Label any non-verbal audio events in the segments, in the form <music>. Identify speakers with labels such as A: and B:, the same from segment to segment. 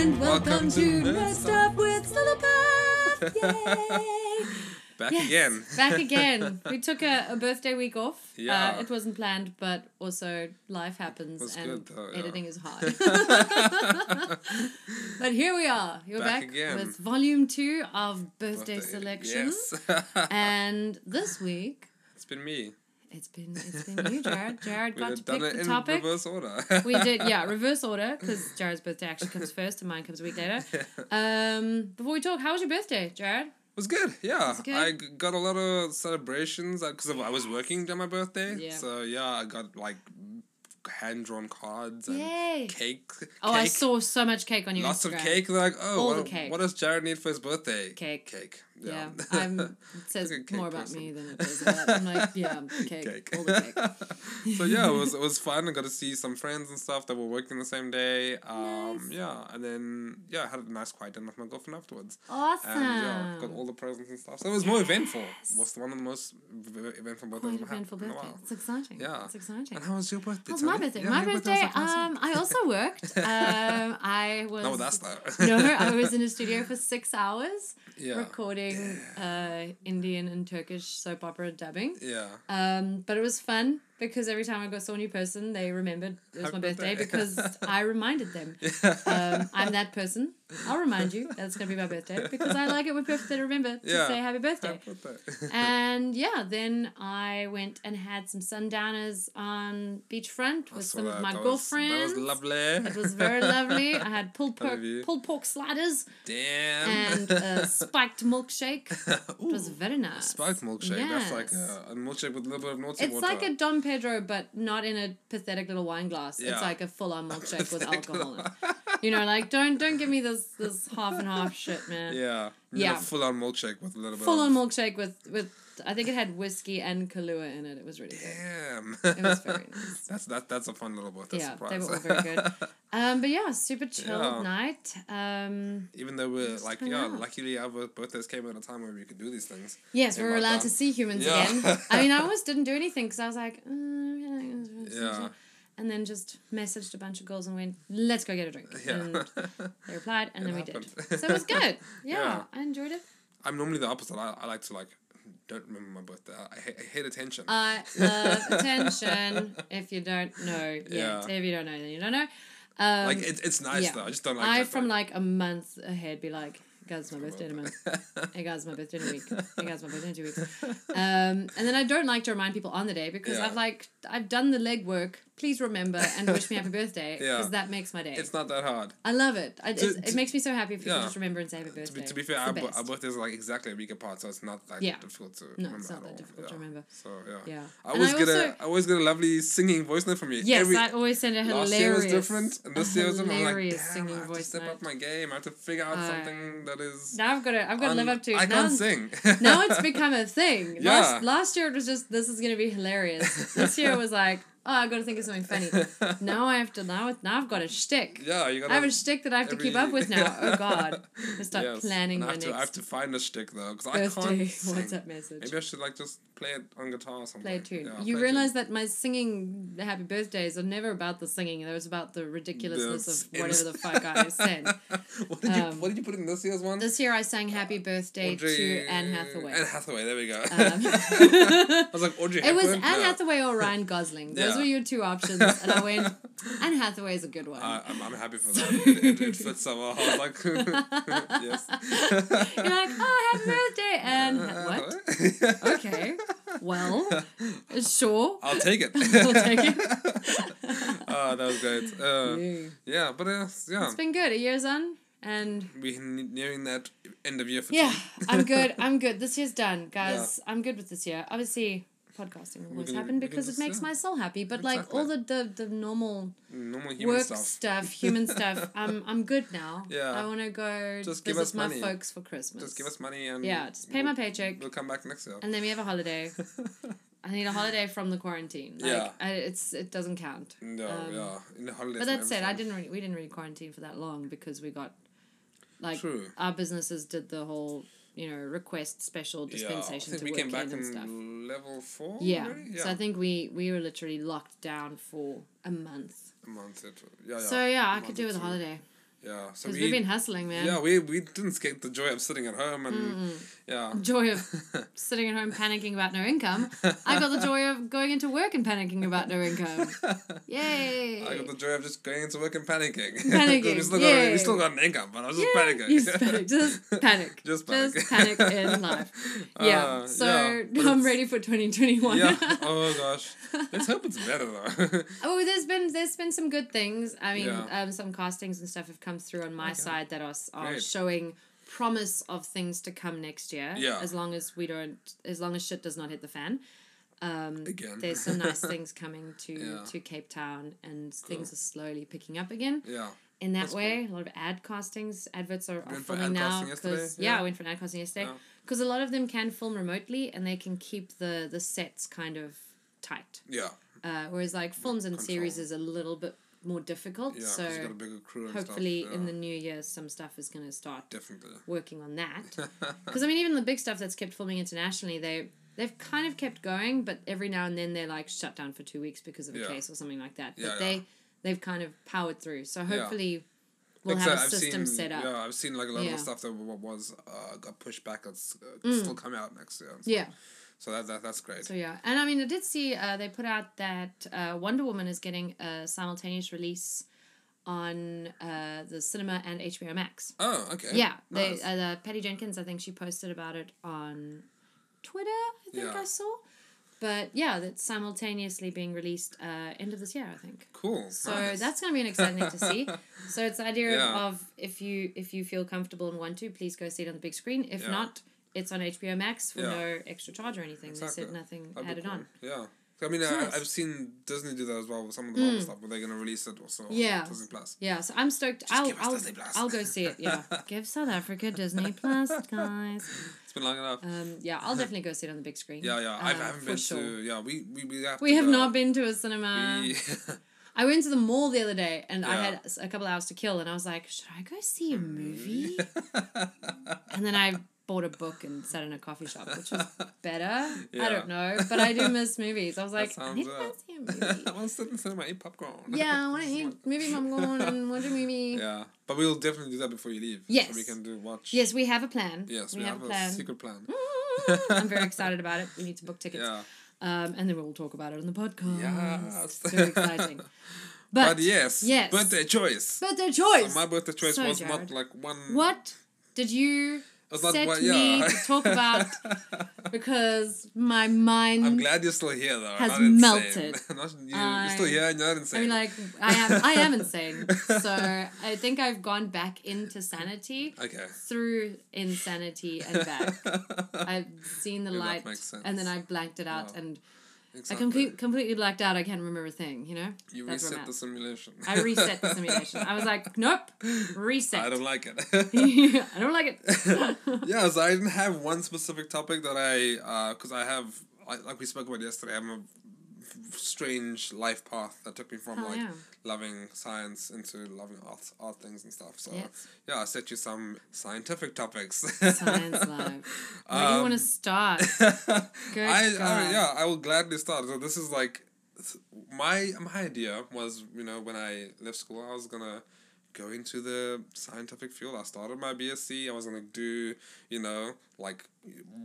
A: and Jude Redstaff with Slillapath. Yay!
B: <laughs> Back
A: Yes,
B: again. <laughs>
A: back again. We took a, a birthday week off.
B: Yeah.
A: Uh, it wasn't planned, but also life happens
B: Was
A: and
B: good though, yeah.
A: editing is hard.
B: <laughs>
A: but here we are. You're
B: Back
A: back,
B: again.
A: with volume two of Birthday,
B: Birthday.
A: Selection. Uh,
B: Yes.
A: and this week,
B: it's been me.
A: it's been it's been you, Jared. Jared
B: <laughs> We've
A: got to
B: done
A: pick
B: it
A: the
B: in
A: topic.
B: reverse order.
A: We did,
B: <laughs>
A: yeah, reverse order because Jared's birthday actually comes first and mine comes a week later. Um, before we talk, how was your birthday, Jared?
B: It was good, yeah.
A: Was it good?
B: I g- got a lot of celebrations because I was working on my birthday.
A: Yeah.
B: So, yeah, I got like hand drawn cards and
A: Yay!
B: cake.
A: Oh, I
B: cake.
A: saw so much cake on your
B: Lots
A: Instagram.
B: of cake. They're like, oh,
A: All
B: what,
A: the cake.
B: what does Jared need for his birthday?
A: Cake.
B: Cake.
A: Yeah,
B: Yeah.
A: I'm,
B: <laughs>
A: it says
B: Like a cake
A: more about
B: person.
A: me than it does about. I'm like,
B: <laughs>
A: yeah, cake, all the cake.
B: so yeah, it was it
A: <laughs>
B: was fun. I got to see some friends and stuff that were working the same day. Um,
A: Nice.
B: Yeah, and then yeah, I had a nice quiet dinner with my girlfriend afterwards.
A: Awesome.
B: And yeah, got all the presents and stuff. So it was more eventful. Was the one of the most v- v- eventful birthdays
A: Quite
B: I've had
A: eventful
B: in a
A: birthday.
B: while.
A: It's exciting.
B: Yeah.
A: it's exciting.
B: And how was your birthday?
A: That was my
B: Tony?
A: birthday.
B: Yeah,
A: my
B: your
A: birthday.
B: was, like, last
A: um, I
B: <laughs>
A: also worked. Um, I was.
B: week. Not with us though.
A: <laughs> no,
B: <laughs>
A: I was in a studio for six hours
B: yeah.
A: recording uh, Indian and Turkish soap opera dubbing.
B: Yeah. <laughs>
A: Um, but it was fun because every time I got saw a new person, they remembered it was
B: Happy
A: my birthday,
B: birthday. <laughs>
A: because I reminded them. Um, I'm that person. I'll remind you that's gonna be my birthday because I like it when people have to remember to
B: Yeah.
A: say happy birthday.
B: Happy birthday. <laughs>
A: And yeah, then I went and had some sundowners on beachfront with
B: So
A: some of
B: that-
A: my
B: that was-
A: girlfriends.
B: That was lovely.
A: It was
B: <laughs>
A: very lovely. I had pulled
B: I love
A: pork,
B: you.
A: pulled pork sliders
B: Damn. <laughs>
A: and a spiked milkshake. It
B: Ooh.
A: was very nice.
B: Spiked milkshake. That's like
A: Yes.
B: a, a milkshake with a little bit of naughty
A: It's
B: water.
A: like a Don Pedro, but not in a pathetic little wine glass.
B: Yeah.
A: It's like a full on
B: <laughs>
A: milkshake with alcohol in it. You know, like don't don't give me this this half
B: <laughs>
A: and half shit, man.
B: yeah.
A: Yeah.
B: Full on milkshake with a little bit.
A: Full
B: of,
A: on milkshake with with I think it had whiskey and Kahlua in it. It was really good.
B: Damn.
A: It was very nice.
B: <laughs> that's that. That's a fun little birthday
A: yeah,
B: surprise.
A: they were all very good. Um, but yeah, super chilled
B: Yeah.
A: night. Um,
B: <laughs> Even though we're like
A: hung
B: yeah,
A: out.
B: luckily our birth- birthdays came at a time where we could do these things. <laughs>
A: yes,
B: They
A: we were
B: might
A: allowed
B: not.
A: to see humans
B: Yeah.
A: again. I mean, I
B: <laughs>
A: almost didn't do anything because I was like, mm,
B: Yeah.
A: and then just messaged a bunch of girls and went, let's go get a drink.
B: Yeah.
A: And They replied, and
B: It
A: then we
B: happened.
A: did. So it was
B: <laughs>
A: good. Yeah,
B: Yeah.
A: I enjoyed it.
B: <laughs> I'm normally the opposite. I, I like to like don't remember my birthday. I, I, hate, I hate attention.
A: I love attention. If you don't know, yet.
B: Yeah.
A: If you don't know, then you don't know. Um,
B: like it, it's nice
A: yeah.
B: though. I just don't like.
A: I,
B: that,
A: from
B: like,
A: like a month ahead, be like, guys, my birthday in a
B: <laughs>
A: month. Hey guys, my birthday in a week. Hey guys, my birthday in two weeks. Um, and then I don't like to remind people on the day because
B: Yeah.
A: I've like I've done the legwork. Please remember and wish me happy birthday
B: <laughs> Yeah.
A: because that makes my day.
B: it's not that hard.
A: I love it. I,
B: To-
A: it's, it
B: to-
A: makes me so happy if people
B: yeah.
A: just remember and say happy
B: To be,
A: birthday.
B: to be fair,
A: It's
B: our,
A: the
B: bu- our
A: best.
B: birthdays are like exactly a week apart, so it's not that
A: Yeah.
B: difficult to
A: No,
B: remember
A: it's not
B: at
A: that
B: all.
A: difficult to
B: Yeah.
A: remember.
B: So yeah.
A: Yeah.
B: I
A: And
B: always
A: I
B: get
A: also-
B: a I always get a lovely singing voice note from you.
A: Yes,
B: Every-
A: I always send a hilarious,
B: last year was different, and
A: a
B: this year was different. I'm like,
A: hilarious
B: damn,
A: singing
B: I have to
A: voice
B: step
A: note.
B: up my game. I have to figure out
A: I-
B: something that is.
A: Now I've got to. I've got to live
B: un-
A: up to.
B: I
A: now,
B: can't sing.
A: <laughs> now
B: <laughs>
A: it's become a thing.
B: Yeah.
A: Last last year it was just this is gonna be hilarious. This year it was like oh I got to think of
B: <laughs>
A: something funny. Now I have to now it- now I've got a shtick.
B: yeah, you gotta.
A: I have a shtick that I have to keep up with
B: <laughs>
A: now. Oh God, I start
B: Yes,
A: planning
B: and I
A: my
B: have to, I have
A: next
B: to find a stick though, because I
A: <laughs> birthday
B: can't. Sing.
A: WhatsApp message.
B: Maybe I should like just play it on guitar or something.
A: Play a tune.
B: Yeah,
A: you
B: play a tune.
A: realize that my singing the happy birthdays are never about the singing. They're always about the ridiculousness
B: The
A: of whatever the
B: <laughs>
A: fuck I said.
B: what did you
A: Um,
B: What did you put in this year's one?
A: This year I sang happy birthday to
B: Audrey-
A: Anne Hathaway.
B: Anne Hathaway. There we go. <laughs>
A: Um, <laughs>
B: I was like Audrey.
A: It was Anne
B: Hepburn? No.
A: Hathaway or Ryan Gosling. Those
B: Yeah.
A: were your two options, and
B: <laughs>
A: I went. Anne Hathaway is a good one.
B: I, I'm, I'm happy for
A: <laughs>
B: that. It, it, it fits so well. I was like, <laughs> yes.
A: You're like, oh,
B: <laughs>
A: happy birthday, Anne. what?
B: what?
A: Okay. Well,
B: <laughs>
A: sure.
B: I'll take it.
A: <laughs> I'll take it.
B: <laughs> oh, that was great. Uh, yeah.
A: Yeah.
B: but uh, yeah,
A: It's been good. A year's on, and
B: we're nearing that end of year fatigue.
A: yeah, I'm good. I'm good. This year's done, guys. I'm good with this year. Obviously, podcasting always
B: can-
A: happened
B: we can
A: because
B: just-
A: it makes
B: yeah.
A: my soul happy. But like all the the, the normal
B: <laughs> Normal human
A: work
B: stuff.
A: stuff.
B: <laughs>
A: human stuff. I'm I'm good now.
B: Yeah.
A: I want to go
B: Just give
A: visit
B: us
A: my
B: money.
A: folks for Christmas.
B: Just give us money and
A: Yeah, just pay my
B: we'll-
A: paycheck.
B: We'll come back next year.
A: and then we have a holiday. I need a holiday from the quarantine. Like,
B: Yeah.
A: I, it's it doesn't count.
B: <laughs> No,
A: Um,
B: yeah, in the holidays.
A: But
B: and
A: that said, I
B: everything.
A: didn't really we didn't really quarantine for that long because we got like
B: True.
A: our businesses did the whole you know request special dispensation
B: yeah, I think
A: to
B: we
A: work
B: came back
A: in and stuff.
B: in level four.
A: Yeah.
B: already? yeah.
A: so I think we we were literally locked down for a month.
B: a month. It, Oh, yeah, yeah.
A: so yeah, I
B: a
A: could
B: month
A: do
B: or
A: with a
B: two.
A: holiday.
B: Yeah. So
A: Because we've been
B: we.
A: hustling, man.
B: Yeah, we, we didn't escape the joy of sitting at home and yeah. <laughs>
A: <laughs> Joy of sitting at home panicking about no income. I got the joy of going into work and panicking about no income.
B: <laughs>
A: Yay!
B: I got the joy of just going into work and panicking. <laughs>
A: Panicking,
B: we, still got,
A: yay.
B: we still got an income, but I was just
A: Yeah,
B: panicking.
A: you just panic.
B: <laughs>
A: Just panic.
B: Just
A: Just
B: panic.
A: panic
B: <laughs>
A: in life. Yeah.
B: Uh,
A: so
B: yeah, but
A: I'm
B: it's-
A: ready for 2021. <laughs>
B: yeah. Oh gosh. Let's hope it's better though. <laughs>
A: Oh, there's been there's been some good things. I mean,
B: Yeah.
A: um, some castings and stuff have come through on my side that are s- are
B: Great.
A: showing promise of things to come next year.
B: Yeah.
A: As long as we don't, as long as shit does not hit the fan. Um,
B: Again.
A: there's
B: <laughs>
A: some nice things coming to
B: Yeah.
A: to Cape Town, and things are slowly picking up again.
B: yeah.
A: In that
B: That's
A: way, a lot of ad castings, adverts are, are
B: went for
A: filming
B: ad
A: now.
B: casting yesterday,
A: Because yeah.
B: yeah. Oh.
A: I went for an ad casting yesterday.
B: Yeah.
A: Because a lot of them can film remotely, and they can keep the the sets kind of tight.
B: Yeah.
A: Uh, whereas like films and
B: control.
A: series is a little bit more difficult.
B: Yeah.
A: so
B: 'cause you got a bigger crew and
A: hopefully
B: stuff.
A: in
B: yeah.
A: the new year, some stuff is going to start
B: definitely. <laughs>
A: working on that. Because I mean, even the big stuff that's kept filming internationally, they they've kind of kept going, but every now and then they're like shut down for two weeks because of a
B: Yeah.
A: case or something like that. But
B: Yeah, yeah.
A: they they've kind of powered through. So
B: Yeah.
A: hopefully. We'll
B: Like I
A: have a
B: said, I've
A: system
B: seen-
A: set up.
B: Yeah, I've seen like a lot
A: Yeah.
B: of the stuff that wa- was uh, got pushed back. It's uh, still coming out next year.
A: yeah.
B: So that, that that's great.
A: So yeah, and I mean, I did see uh, they put out that uh, Wonder Woman is getting a simultaneous release on uh, the cinema and HBO Max.
B: oh, okay.
A: Yeah, they
B: Nice.
A: uh, the Patty Jenkins. I think she posted about it on Twitter. I think
B: Yeah.
A: I saw. But yeah, that's simultaneously being released uh, end of this year, I think.
B: cool.
A: So
B: nice.
A: that's going to be an exciting thing
B: <laughs>
A: to see. So it's the idea of-
B: Yeah.
A: of, if you if you feel comfortable and want to, please go see it on the big screen. If
B: Yeah.
A: not, it's on HBO Max for
B: Yeah.
A: no extra charge or anything.
B: Exactly.
A: They said nothing
B: That'd be
A: added
B: cool.
A: on.
B: Yeah. I mean, I,
A: Nice. Hmm.
B: I've seen Disney do that as well with some of the Marvel stuff, but they're gonna release it also. on
A: Yeah.
B: Disney Plus.
A: Yeah, so I'm stoked. I'll
B: give us
A: I'll,
B: Disney Plus.
A: I'll go see it. Yeah,
B: <laughs>
A: give South Africa Disney Plus, guys.
B: It's been long enough.
A: Um, yeah,
B: <laughs>
A: I'll definitely go see it on the big screen.
B: yeah, yeah. I
A: um,
B: haven't
A: for
B: been
A: sure.
B: to. Yeah, we we we have.
A: We
B: to
A: have
B: go.
A: not been uh, to a cinema.
B: We, <laughs>
A: I went to the mall the other day and I
B: Yeah. Hmm.
A: had s- a couple hours to kill, and I was like, should I go see
B: <laughs>
A: a movie? and then I bought a book and sat in a coffee shop, which
B: <laughs>
A: was better. I
B: Yeah.
A: don't know, but I
B: <laughs>
A: do miss movies. I was like, I
B: sounds uh,
A: need to go
B: up.
A: see a
B: <laughs>
A: movie.
B: I want to sit in the cinema, eat popcorn.
A: yeah, I
B: <laughs>
A: want to eat movie popcorn and watch a movie.
B: Yeah, but we'll definitely do that before you leave.
A: Yes.
B: So we can do watch.
A: Yes, we have a plan.
B: Yes, we, have, a,
A: plan. Mm,
B: secret plan.
A: <laughs> I'm very excited about it. We need to book tickets.
B: <laughs> Yeah.
A: Um, and then we'll talk about it on the podcast.
B: Yes.
A: So
B: <laughs>
A: exciting. But,
B: But, yes.
A: yes.
B: Birthday choice.
A: But their choice.
B: So my birthday choice
A: So,
B: was
A: Jared.
B: not like one.
A: What did you
B: was not
A: set
B: one-
A: me
B: yeah.
A: to talk about?
B: <laughs>
A: Because my
B: I'm
A: mind.
B: glad you're still here though.
A: Mm-hmm. Has
B: not insane. <laughs>
A: melted.
B: not, you,
A: I-
B: you're still here and you're not insane.
A: I mean, like I am. I am
B: <laughs>
A: insane. So I think I've gone back into sanity
B: Okay.
A: through insanity
B: <laughs>
A: and back. I've seen the
B: Yeah, that
A: light,
B: makes
A: and then
B: sense.
A: I blanked it out,
B: Wow.
A: and I
B: Exactly.
A: complete, completely blacked out. I can't remember a thing. You know.
B: You
A: That's where
B: reset
A: I'm
B: the
A: at.
B: simulation.
A: I
B: <laughs>
A: reset the simulation. I was like, nope, reset.
B: I don't like it. <laughs>
A: <laughs> I don't like it.
B: yeah, so I didn't have one specific topic that I, because I have, I, like we spoke about yesterday, I have a strange life path that took me from
A: Hell
B: like
A: Oh, yeah.
B: loving science into loving art, art things and stuff. So <laughs>
A: Yes.
B: yeah, I set you some scientific topics. <laughs>
A: Science life. Where do you
B: Um,
A: want to start?
B: I,
A: God.
B: I yeah, I will gladly start. So this is like s- my my idea was you know when I left school I was gonna go into the scientific field. I started my BSc. I was gonna do you know like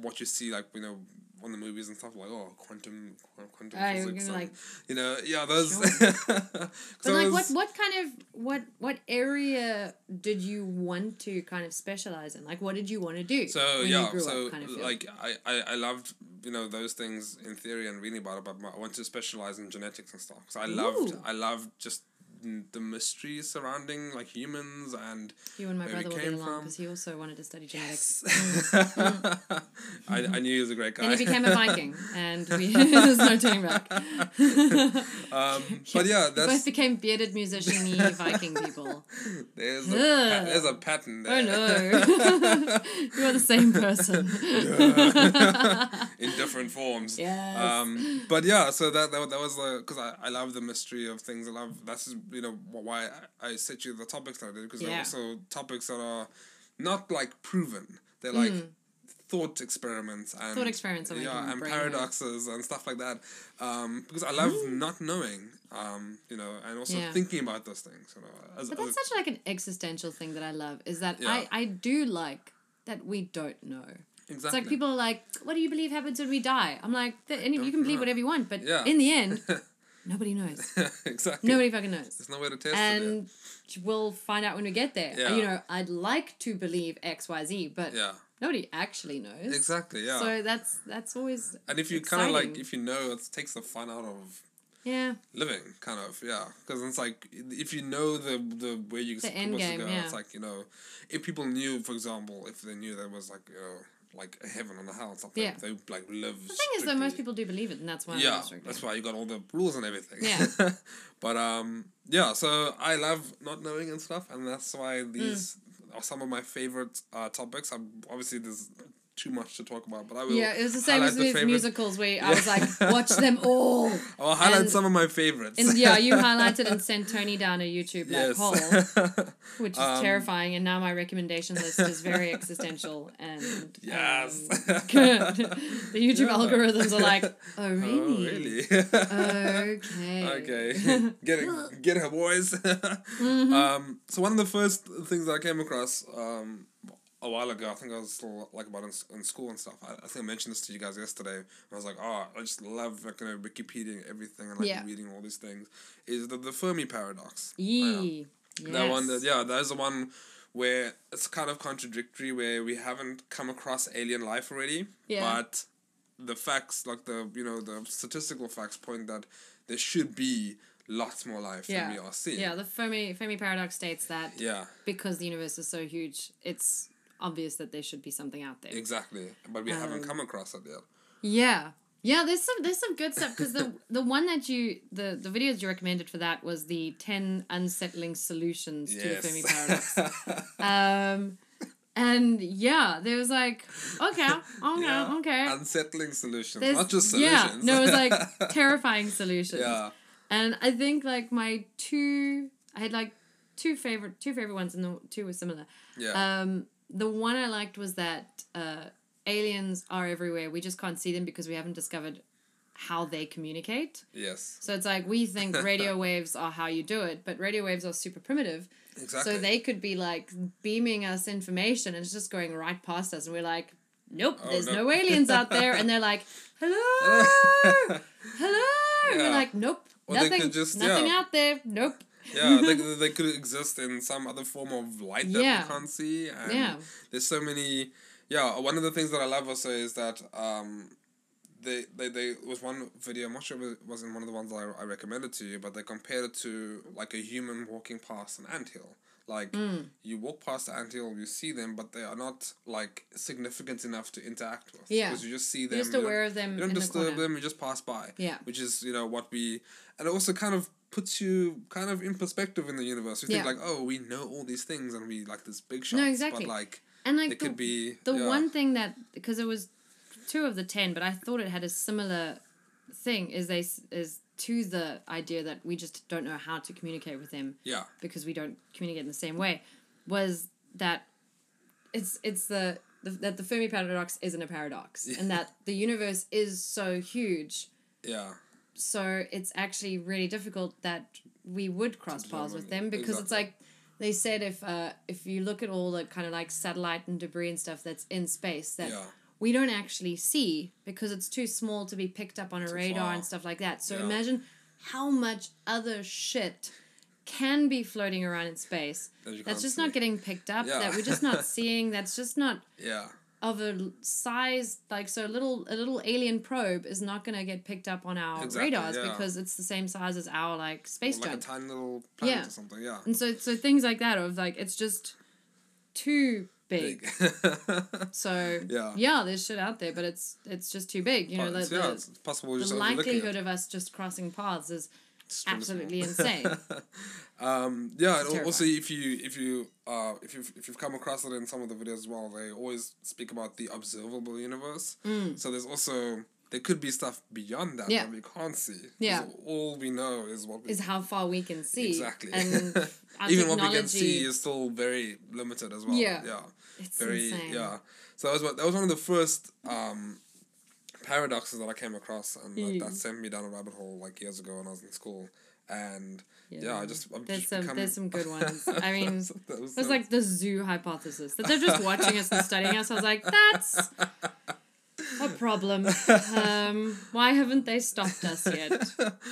B: what you see like you know on the movies and stuff like oh quantum qu- quantum
A: Oh, you're
B: physics
A: gonna,
B: and,
A: like-
B: you know yeah those.
A: Sure.
B: <laughs>
A: But
B: So
A: like,
B: it
A: what
B: was-
A: what kind of what what area did you want to kind of specialize in? Like, what did you want to do?
B: So yeah, so
A: field?
B: like I, I I loved you know those things in theory and reading about it, but my- I wanted to specialize in genetics and stuff because I loved
A: Ooh.
B: I loved just mm, the mystery surrounding like humans and
A: you and my
B: where we
A: brother will get
B: came
A: along
B: from.
A: because he also wanted to study
B: <laughs>
A: genetics. Mm,
B: I, <laughs> I knew he was a great guy.
A: Then he became a
B: <laughs>
A: Viking, <laughs> and we, there's no turning back.
B: um, but yeah,
A: <laughs> We both
B: that's
A: became
B: <laughs>
A: bearded musician Viking people.
B: there's a, pa- there's a pattern there.
A: Oh no, <laughs> you are the same person.
B: <laughs>
A: <laughs>
B: in different forms.
A: Yes.
B: Um, but yeah, so that that, that was the because I, I love the mystery of things. I love that's you know wh- why I, I set you the topics that I did because
A: Yeah.
B: they're also topics that are not like proven. They're like thought experiments and
A: Hmm. Thought experiments are making
B: yeah, and
A: brainwaves.
B: paradoxes and stuff like that. Um, because I love not knowing, um, you know, and also
A: Hmm. Yeah.
B: thinking about those things. You know, as,
A: But
B: as
A: that's such like an existential thing that I love is that
B: Yeah.
A: I, I do like that we don't know.
B: a,
A: It's
B: exactly.
A: like people are like, what do you believe happens when we die? I'm like, "Th- any, you
B: don't
A: can believe
B: know."
A: whatever you want, but
B: Yeah.
A: in
B: <laughs>
A: the end, nobody knows.
B: <laughs> exactly.
A: <laughs> Nobody fucking knows.
B: There's no way to test it.
A: And we'll find out when we get there.
B: Yeah.
A: You know, I'd like to believe X, Y, Z, but
B: Yeah.
A: nobody actually knows.
B: Yeah. Exactly. Yeah.
A: So that's that's always
B: and if you kind of like,
A: exciting.
B: if you know, it takes the fun out of
A: yeah.
B: living, kind of. Yeah. Because it's like, if you know the the way you
A: The end
B: supposed
A: game,
B: to go,
A: yeah.
B: it's like you know, if people knew, for example, if they knew there was like you know, like a heaven on the hell or something,
A: Yeah.
B: they would, like live.
A: The thing is though most people do believe it and that's why I'm
B: yeah,
A: restricted.
B: that's why you got all the rules and everything.
A: Yeah.
B: <laughs> but um, yeah. So I love not knowing and stuff, and that's why
A: Mm.
B: these are some of my favorite uh, topics. I'm obviously there's too much to talk about, but I will.
A: Yeah, it was the same
B: highlight
A: as with
B: favorite-
A: musicals where I
B: <laughs> Yeah.
A: was like, watch them all.
B: I'll highlight
A: and-
B: some of my favorites. <laughs>
A: And yeah, you highlighted and sent Tony down a YouTube black hole,
B: <laughs>
A: which is
B: Um,
A: terrifying. And now my recommendation list is very
B: <laughs>
A: existential. And
B: yes.
A: um, <laughs>
B: <laughs>
A: the YouTube
B: Yeah.
A: algorithms are
B: <laughs>
A: like, oh really?
B: Oh really?
A: Okay.
B: <laughs>
A: <laughs>
B: okay. Uh, get it, get her, boys. <laughs>
A: Mm-hmm.
B: Um, so one of the first things that I came across um, a while ago, I think I was still like about in, s- in school and stuff. I, I think I mentioned this to you guys yesterday. And I was like, oh, I just love like you know Wikipedia and everything and like
A: Yeah.
B: reading all these things. Is the the Fermi paradox? Yeah.
A: Yee.
B: That one,
A: Yes.
B: that, yeah, that is the one where it's kind of contradictory, where we haven't come across alien life already,
A: Yeah.
B: but the facts, like the you know the statistical facts, point that there should be lots more life
A: Yeah.
B: than we are seeing.
A: Yeah, the Fermi Fermi paradox states that
B: Yeah,
A: because the universe is so huge, it's obvious that there should be something out there.
B: exactly. But we haven't
A: Um,
B: come across it yet.
A: Yeah. Yeah, there's some there's some good stuff because the the one that you the the videos you recommended for that was the ten unsettling solutions to the Fermi
B: <laughs>
A: paradox. Um and yeah, there was like
B: <laughs>
A: okay, okay,
B: Yeah.
A: okay.
B: Unsettling solutions,
A: There's-
B: not just
A: Yeah,
B: solutions.
A: no, it was
B: <laughs>
A: like terrifying solutions.
B: yeah,
A: And I think like my two I had like two favorite two favorite ones and the two were similar.
B: yeah,
A: Um, the one I liked was that uh, aliens are everywhere. We just can't see them because we haven't discovered how they communicate.
B: yes,
A: So it's like we
B: <laughs>
A: think radio waves are how you do it, but radio waves are super primitive.
B: exactly.
A: So they could be like beaming us information and it's just going right past us. And we're like, nope,
B: Oh,
A: there's
B: no.
A: no. aliens out there. And they're
B: <laughs>
A: like, hello, <laughs> hello. And
B: Yeah.
A: We're like, nope,
B: Or they
A: nothing,
B: could just-
A: nothing
B: yeah.
A: out there. Nope.
B: yeah,
A: <laughs>
B: they, they could exist in some other form of light that
A: Yeah.
B: we can't see. And
A: Yeah.
B: There's so many. Yeah, one of the things that I love also is that um, they, they, they was one video, I'm not sure if it was in one of the ones I, I recommended to you, but they compared it to like a human walking past an anthill. Like,
A: Hmm.
B: you walk past the anthill, you see them, but they are not like significant enough to interact with.
A: Yeah.
B: Because you just see them.
A: You're just
B: you don't-
A: aware of them
B: you don't
A: in the
B: disturb
A: corner.
B: them, you just pass by.
A: Yeah.
B: Which is, you know, what we and it also kind of puts you kind of in perspective in the universe. You think
A: Yeah.
B: like, oh, we know all these things and we like this big shot.
A: No, exactly.
B: But like
A: And like
B: it could be
A: The
B: yeah,
A: one thing that because it was two of the ten, but I thought it had a similar thing is they s- is to the idea that we just don't know how to communicate with them
B: Yeah.
A: because we don't communicate in the same way. Was that it's it's the, the that the Fermi paradox isn't a paradox, and that the universe is so huge,
B: Yeah.
A: so it's actually really difficult that we would cross paths with
B: Determine-
A: them because it's
B: exactly.
A: like they said if uh, if you look at all the kind of like satellite and debris and stuff that's in space that
B: Yeah.
A: we don't actually see because it's too small to be picked up on a radar
B: far.
A: and stuff like that. So
B: Yeah.
A: imagine how much other shit can be floating around in space
B: That you can't
A: that's just
B: see.
A: not getting picked up
B: Yeah.
A: that we're just
B: <laughs>
A: not seeing that's just not
B: Yeah.
A: of a l- size like so a little a little alien probe is not going to get picked up on our
B: Exactly,
A: radars
B: yeah.
A: because it's the same size as our like
B: Or
A: space
B: like a
A: junk
B: tiny little planet
A: Yeah.
B: or something, yeah.
A: and so so things like that of like it's just too big,
B: Big. <laughs>
A: so
B: Yeah.
A: there's shit out there but it's it's just the- the likelihood of us just crossing paths is absolutely insane. you know
B: But it's-
A: the,
B: yeah, it's possible just overlooking
A: likelihood
B: it.
A: of us just crossing paths is
B: It's really small.
A: absolutely insane
B: <laughs> Um, yeah, and
A: It's
B: al- also if you if you uh, if you've if you've come across it in some of the videos as well, they always speak about the observable universe. So there's also there could be stuff beyond that
A: Mm. Yeah.
B: that we can't see. 'Cause
A: Yeah.
B: All we know is what we
A: is how far we can see.
B: Exactly.
A: And our
B: <laughs> even
A: technology,
B: what we can see is still very limited as well.
A: Yeah.
B: Yeah.
A: it's
B: Very
A: insane.
B: yeah. So that was one- that was one of the first um, paradoxes that I came across, and like, that
A: Mm.
B: sent me down a rabbit hole like years ago when I was in school. And
A: Yeah.
B: yeah, I just I've
A: There's
B: just
A: some-
B: become-
A: there's
B: <laughs>
A: some good ones. I mean,
B: that was
A: It was
B: so- <laughs>
A: like the zoo hypothesis that they're just watching us and studying us. I was like, that's a
B: <laughs>
A: problem. Um, why haven't they stopped us yet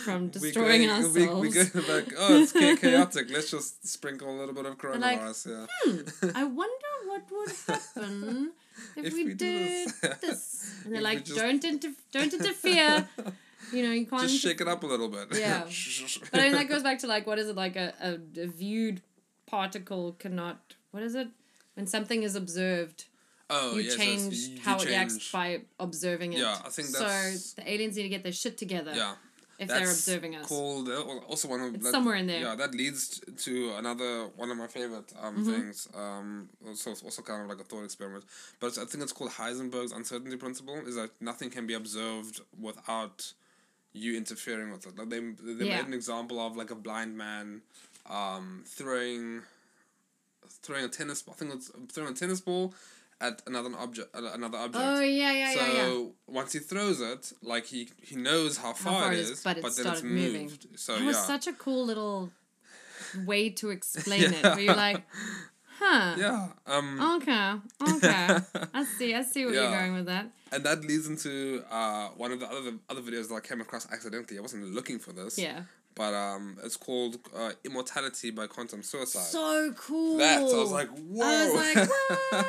A: from
B: We're
A: destroying
B: going-
A: ourselves?
B: we- We, go like, oh, it's cha- chaotic. Let's just sprinkle a little bit of
A: like, hmm,
B: coronavirus. yeah.
A: I wonder what would
B: <laughs>
A: happen if,
B: If
A: we,
B: we do
A: did
B: this.
A: this.
B: <laughs> If
A: And
B: we
A: they're like,
B: just-
A: don't inter- don't interfere.
B: <laughs>
A: You know, you can't.
B: just shake it up a little bit. <laughs>
A: Yeah. But I mean, that goes back to like, what is it like a, a, a viewed particle cannot? What is it when something is observed?
B: oh,
A: you
B: yes, yes,
A: change
B: you- you
A: how it reacts
B: change.
A: by observing it.
B: Yeah, I think that's-
A: so. The aliens need to get their shit together
B: Yeah.
A: if they're observing us.
B: Called uh, well, also one of
A: It's somewhere in there.
B: Yeah, that leads t- to another one of my favorite um
A: Mm-hmm.
B: things. Um, also also kind of like a thought experiment, but it's- I think it's called Heisenberg's uncertainty principle. Is that nothing can be observed without you interfering with it. Like they they
A: Yeah.
B: made an example of like a blind man, um, throwing, throwing a tennis. I think it's throwing a tennis ball. At another object, at another object
A: Oh yeah, yeah,
B: so
A: yeah, yeah.
B: once he throws it, like he he knows how far,
A: far
B: it is, but,
A: it
B: then it's
A: started moving.
B: moved. So
A: That
B: yeah,
A: was such a cool little
B: <laughs>
A: way to explain it.
B: Yeah.
A: Where you're like, huh?
B: yeah.
A: Oh.
B: Um,
A: Okay, okay. I see. I see where you're
B: Yeah.
A: going with that.
B: and that leads into uh, one of the other other videos that I came across accidentally. I wasn't looking for this.
A: Yeah.
B: But um, it's called uh, "Immortality by Quantum Suicide."
A: So cool.
B: that so I was like, whoa.
A: I was like,
B: <laughs>
A: what?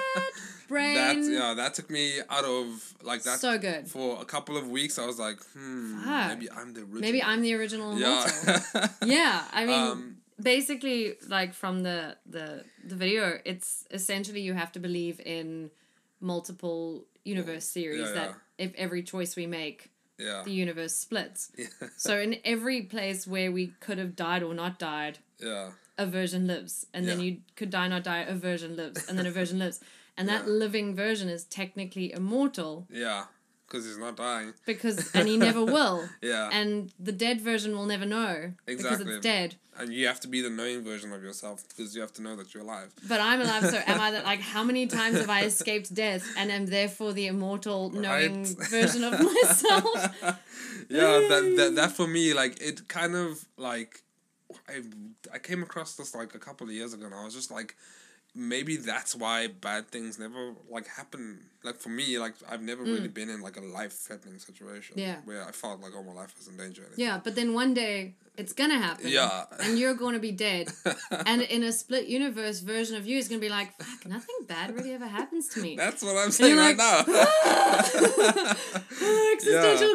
A: Brain.
B: that yeah, that took me out of like that
A: so good.
B: for a couple of weeks. I was like, hmm,
A: Fuck.
B: maybe I'm the original.
A: Maybe I'm the original
B: <laughs>
A: immortal. yeah, I mean,
B: Um,
A: basically, like from the, the the video, it's essentially you have to believe in multiple universe theories
B: Yeah,
A: that if every choice we make,
B: yeah.
A: the universe splits.
B: <laughs> yeah.
A: <laughs>
B: <laughs>
A: So in every place where we could have died or not died,
B: Yeah.
A: a version lives, and then
B: Yeah.
A: you could die, not die, a version lives, and then a version
B: <laughs>
A: lives. And that
B: Yeah.
A: living version is technically immortal
B: Yeah. Because he's not dying.
A: because, and he
B: <laughs>
A: never will.
B: Yeah.
A: And the dead version will never know because
B: Exactly.
A: it's dead.
B: And you have to be the knowing version of yourself because you have to know that you're alive. <laughs>
A: But I'm alive, so am I that like how many times have I escaped death and am therefore the immortal
B: <laughs>
A: knowing
B: Right?
A: version of myself?
B: yeah, that, that that for me, like it kind of like I I came across this like a couple of years ago and I was just like maybe that's why bad things never like happen. Like for me, like I've never really been in like a life threatening situation.
A: Mm. Yeah.
B: Where I felt like all my life was in danger. or anything.
A: yeah, but then one day it's gonna happen.
B: Yeah. <laughs>
A: And you're gonna be dead. And in a split universe version of you is gonna be like, fuck, nothing bad really ever happens to me.
B: That's what I'm saying right
A: like,
B: now. <laughs>
A: Oh, <laughs> existential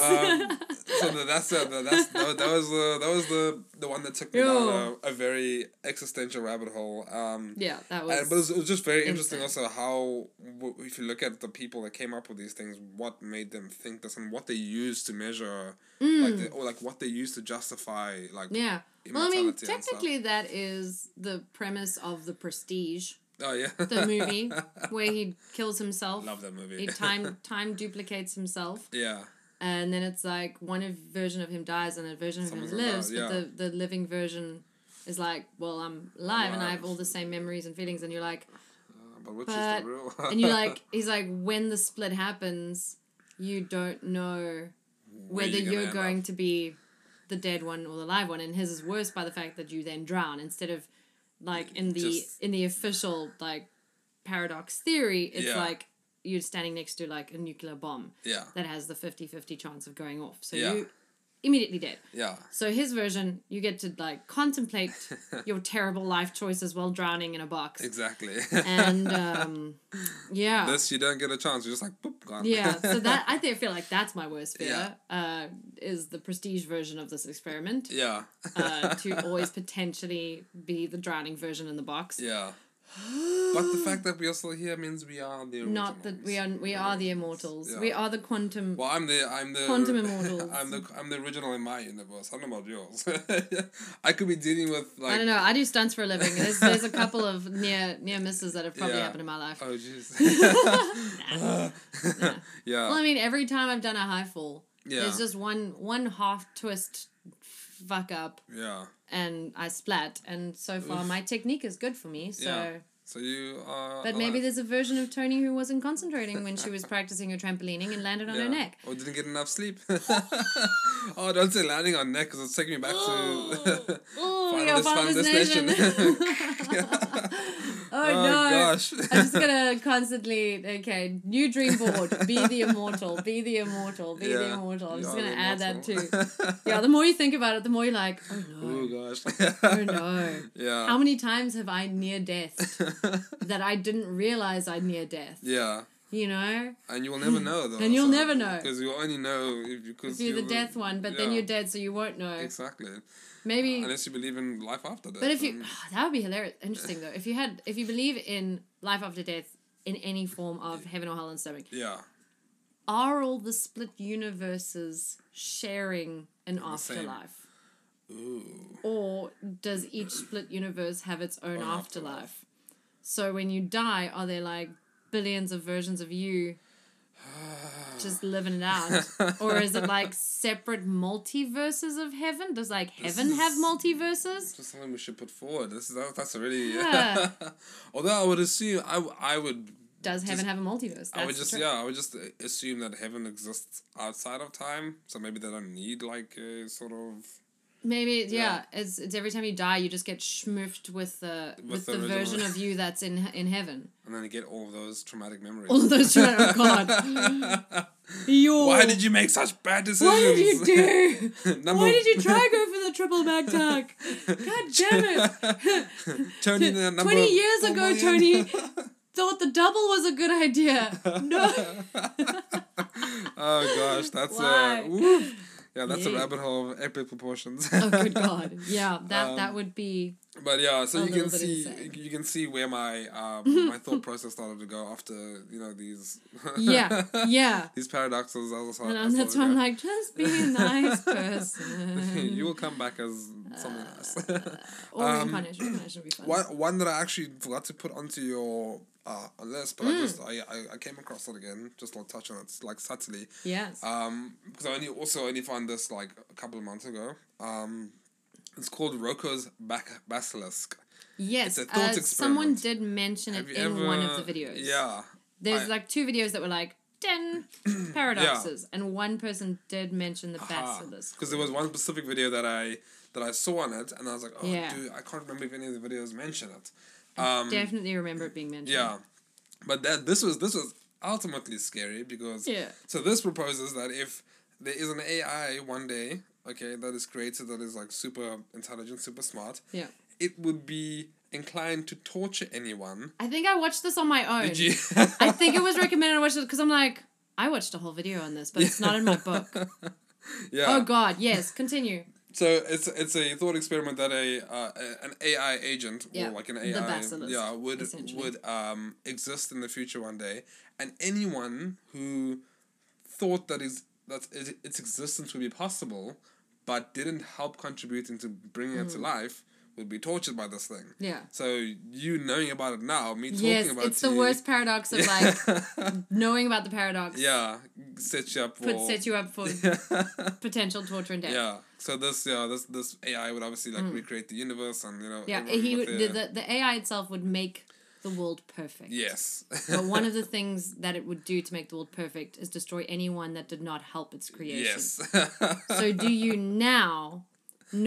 B: Um,
A: crises.
B: so tha- that's the, the- that's that, that was the that was the the one that took me down
A: Yo.
B: a, a very existential rabbit hole. Um,
A: <laughs> yeah, that
B: and, but it
A: was
B: was, it was just very interesting
A: insane.
B: also how w- if you look at the people that came up with these things, what made them think this and what they used to measure, like the, or like what they used to justify, like
A: Mm. yeah. Well, I mean,
B: immortality and stuff.
A: technically, that is the premise of the Prestige,
B: oh yeah,
A: the movie where he kills himself.
B: <laughs> Love that movie.
A: he time time duplicates himself
B: <laughs> yeah,
A: and then it's like one of version of him dies and a version of
B: Someone's
A: him
B: alive,
A: lives
B: yeah.
A: but the, the living version is like well i'm alive, and i have
B: Alive.
A: all the same memories and feelings and you're like
B: Uh, but which is
A: But-
B: the real? <laughs>
A: and you like he's like when the split happens you don't know
B: Where
A: whether
B: you gonna
A: you're
B: end up?
A: going to be the dead one or the live one and his is worse by the fact that you then drown instead of like in the
B: Just-
A: in the official like paradox theory it's
B: Yeah.
A: like you're standing next to like a nuclear bomb
B: yeah,
A: that has the 50-50 chance of going off. So
B: Yeah.
A: you immediately dead.
B: yeah,
A: So his version, you get to like
B: <laughs>
A: contemplate your terrible life choices while drowning in a box.
B: exactly. <laughs>
A: And um, yeah.
B: this you don't get a chance. You're just like boop gone.
A: yeah,
B: <laughs>
A: so that I think, feel like that's my worst
B: Yeah.
A: fear. Uh, is the prestige version of this experiment
B: yeah, <laughs>
A: uh, to always potentially be the drowning version in the box.
B: yeah. but the fact that we are still here means we are the originals.
A: Not that we are we are the immortals. We are the quantum.
B: Well, I'm the I'm the <laughs>
A: Quantum immortals.
B: I'm the I'm the original in my universe. I don't know about yours. <laughs> I could be dealing with like
A: I don't know. I do stunts for a living.
B: <laughs>
A: There's, there's a couple of near near misses that have probably
B: Yeah.
A: happened in my life.
B: Oh jeez.
A: <laughs> Nah.
B: <laughs> yeah.
A: Well, I mean, every time I've done a high fall,
B: yeah.
A: there's just one one half twist, fuck up,
B: Yeah.
A: and I splat. And so far,
B: Oof.
A: my technique is good for me. So,
B: Yeah. So you are.
A: but maybe
B: alive.
A: there's a version of Tony who wasn't concentrating when she was practicing her trampolining and landed on
B: Yeah.
A: her neck.
B: Or didn't get enough sleep. <laughs> oh, don't say landing on neck because it's taking me back <laughs> to.
A: Oh, we
B: Final
A: got
B: Dis- Final
A: Final
B: <laughs>
A: Destination. <laughs>
B: Destination.
A: oh, no.
B: gosh.
A: I'm just gonna constantly okay. New dream board. Be the immortal. Be the immortal. Be the
B: Yeah,
A: immortal. I'm
B: you
A: just
B: are the
A: gonna add that too.
B: <laughs> immortal.
A: Yeah. The more you think about it, the more you're like, oh
B: Oh
A: no, <laughs>
B: gosh.
A: oh no.
B: <laughs> Yeah.
A: How many times have I near death that I didn't realize I near death?
B: <laughs> yeah.
A: You know,
B: And you'll never know though.
A: And you'll never know.
B: Because you'll only know if you
A: if you're the death one, but then
B: yeah.
A: you're dead, so you won't know.
B: Exactly.
A: Maybe
B: Unless you believe in life after death.
A: But if you
B: then-
A: <sighs> that would be hilarious, interesting though. If you had, if you believe in life after death in any form of heaven or hell and stomach,
B: Yeah.
A: <sighs> are all the split universes sharing an
B: same.
A: afterlife,
B: Ooh.
A: or does each split universe have its own
B: Own
A: afterlife?
B: afterlife.
A: So when you die, are there like billions of versions of
B: <sighs>
A: you just living it out,
B: <laughs>
A: or is it like separate multiverses of heaven? Does like
B: This
A: heaven have
B: is-
A: multiverses?
B: It's just something we should put forward. This is that, that's already.
A: Yeah.
B: <laughs> Although I would assume I, w- I would
A: Does heaven
B: Just-
A: have a multiverse?
B: I would
A: the
B: just
A: trick.
B: yeah I would just uh, assume that heaven exists outside of time, so maybe they don't need like a sort of
A: Maybe it- yeah.
B: Yeah.
A: It's it's every time you die, you just get schmoofed with the with,
B: With
A: the,
B: the original.
A: version of you that's in in heaven.
B: and then you get all of those traumatic memories.
A: All those tra- oh God. Yo,
B: <laughs> Why did you make such bad decisions?
A: What did you do?
B: <laughs> Number
A: Why did
B: <laughs>
A: you try go for the triple back tack? God damn it!
B: <laughs> Tony, the number
A: Twenty years
B: four
A: ago, Tony
B: million?
A: thought the double was a good idea. No,
B: <laughs> oh gosh, that's
A: Why?
B: a woof. yeah, that's a
A: Yeah.
B: rabbit hole of epic proportions.
A: oh
B: <laughs>
A: good God, yeah, that
B: Um,
A: that would
B: <laughs>
A: be
B: But yeah, so
A: A
B: you can
A: little bit
B: see
A: insane.
B: you can see where my
A: <laughs>
B: um, my thought process started to go after you know these <laughs>
A: yeah, yeah.
B: these paradoxes. I was like,
A: And
B: I
A: um, that's
B: started
A: why I'm
B: to
A: like, just be a nice
B: <laughs> go,
A: person.
B: <laughs> you will come back
A: <laughs>
B: as someone else. <laughs>
A: Uh, Or
B: Um,
A: reincarnation. Reincarnation would be fun.
B: one one that I actually forgot to put onto your uh, list,
A: Hmm.
B: but I just I, I, I came across it again, just like touch on it like subtly.
A: Yes.
B: Um, because I only also only found this like a couple of months ago. Um, it's called Rocco's Back Basilisk.
A: yes.
B: it's a
A: uh,
B: thought
A: someone
B: experiment.
A: did mention it in one of the videos.
B: Yeah.
A: There's
B: I-
A: like two videos that were like
B: <clears throat>
A: 10 paradoxes, and one person did mention the
B: Ah,
A: basilisk.
B: Because there was one specific video that I that I saw on it, and I was like, oh,
A: Yeah.
B: dude, I can't remember if any of the videos mention it. Um,
A: Definitely remember it being mentioned.
B: yeah, but that this was this was ultimately scary because
A: Yeah.
B: So this proposes that if there is an AI one day, okay, that is created that is like super intelligent, super smart,
A: Yeah.
B: it would be inclined to torture anyone.
A: I think I watched this on my own.
B: Did you?
A: I think it was recommended I watched it because I'm like, I watched a whole video on this, but it's not
B: <laughs>
A: in my book.
B: <laughs> yeah.
A: Oh, God. Yes. Continue.
B: So it's it's a thought experiment that a uh, a- an AI agent
A: Yeah,
B: or like an
A: the
B: AI
A: basilisk,
B: yeah would
A: essentially.
B: would um exist in the future one day, and anyone who thought that is that it, its existence would be possible, but didn't help contribute into bringing it to
A: Hmm.
B: life would be tortured by this thing.
A: Yeah.
B: So you knowing about it now, me talking
A: Yes.
B: about
A: It's
B: it
A: the
B: to
A: worst paradox
B: <laughs>
A: of
B: you,
A: like knowing about the paradox.
B: <laughs> yeah, sets you up for
A: Could set you up for
B: <laughs> yeah.
A: potential torture and death.
B: Yeah. So this yeah this this AI would obviously like recreate the universe and you know
A: Mm. Yeah,
B: everyone
A: he
B: with
A: would, the,
B: their-
A: the, the AI itself would make the world perfect.
B: <laughs> yes
A: But one of the things that it would do to make the world perfect is destroy anyone that did not help its creation.
B: yes <laughs>
A: So do you now,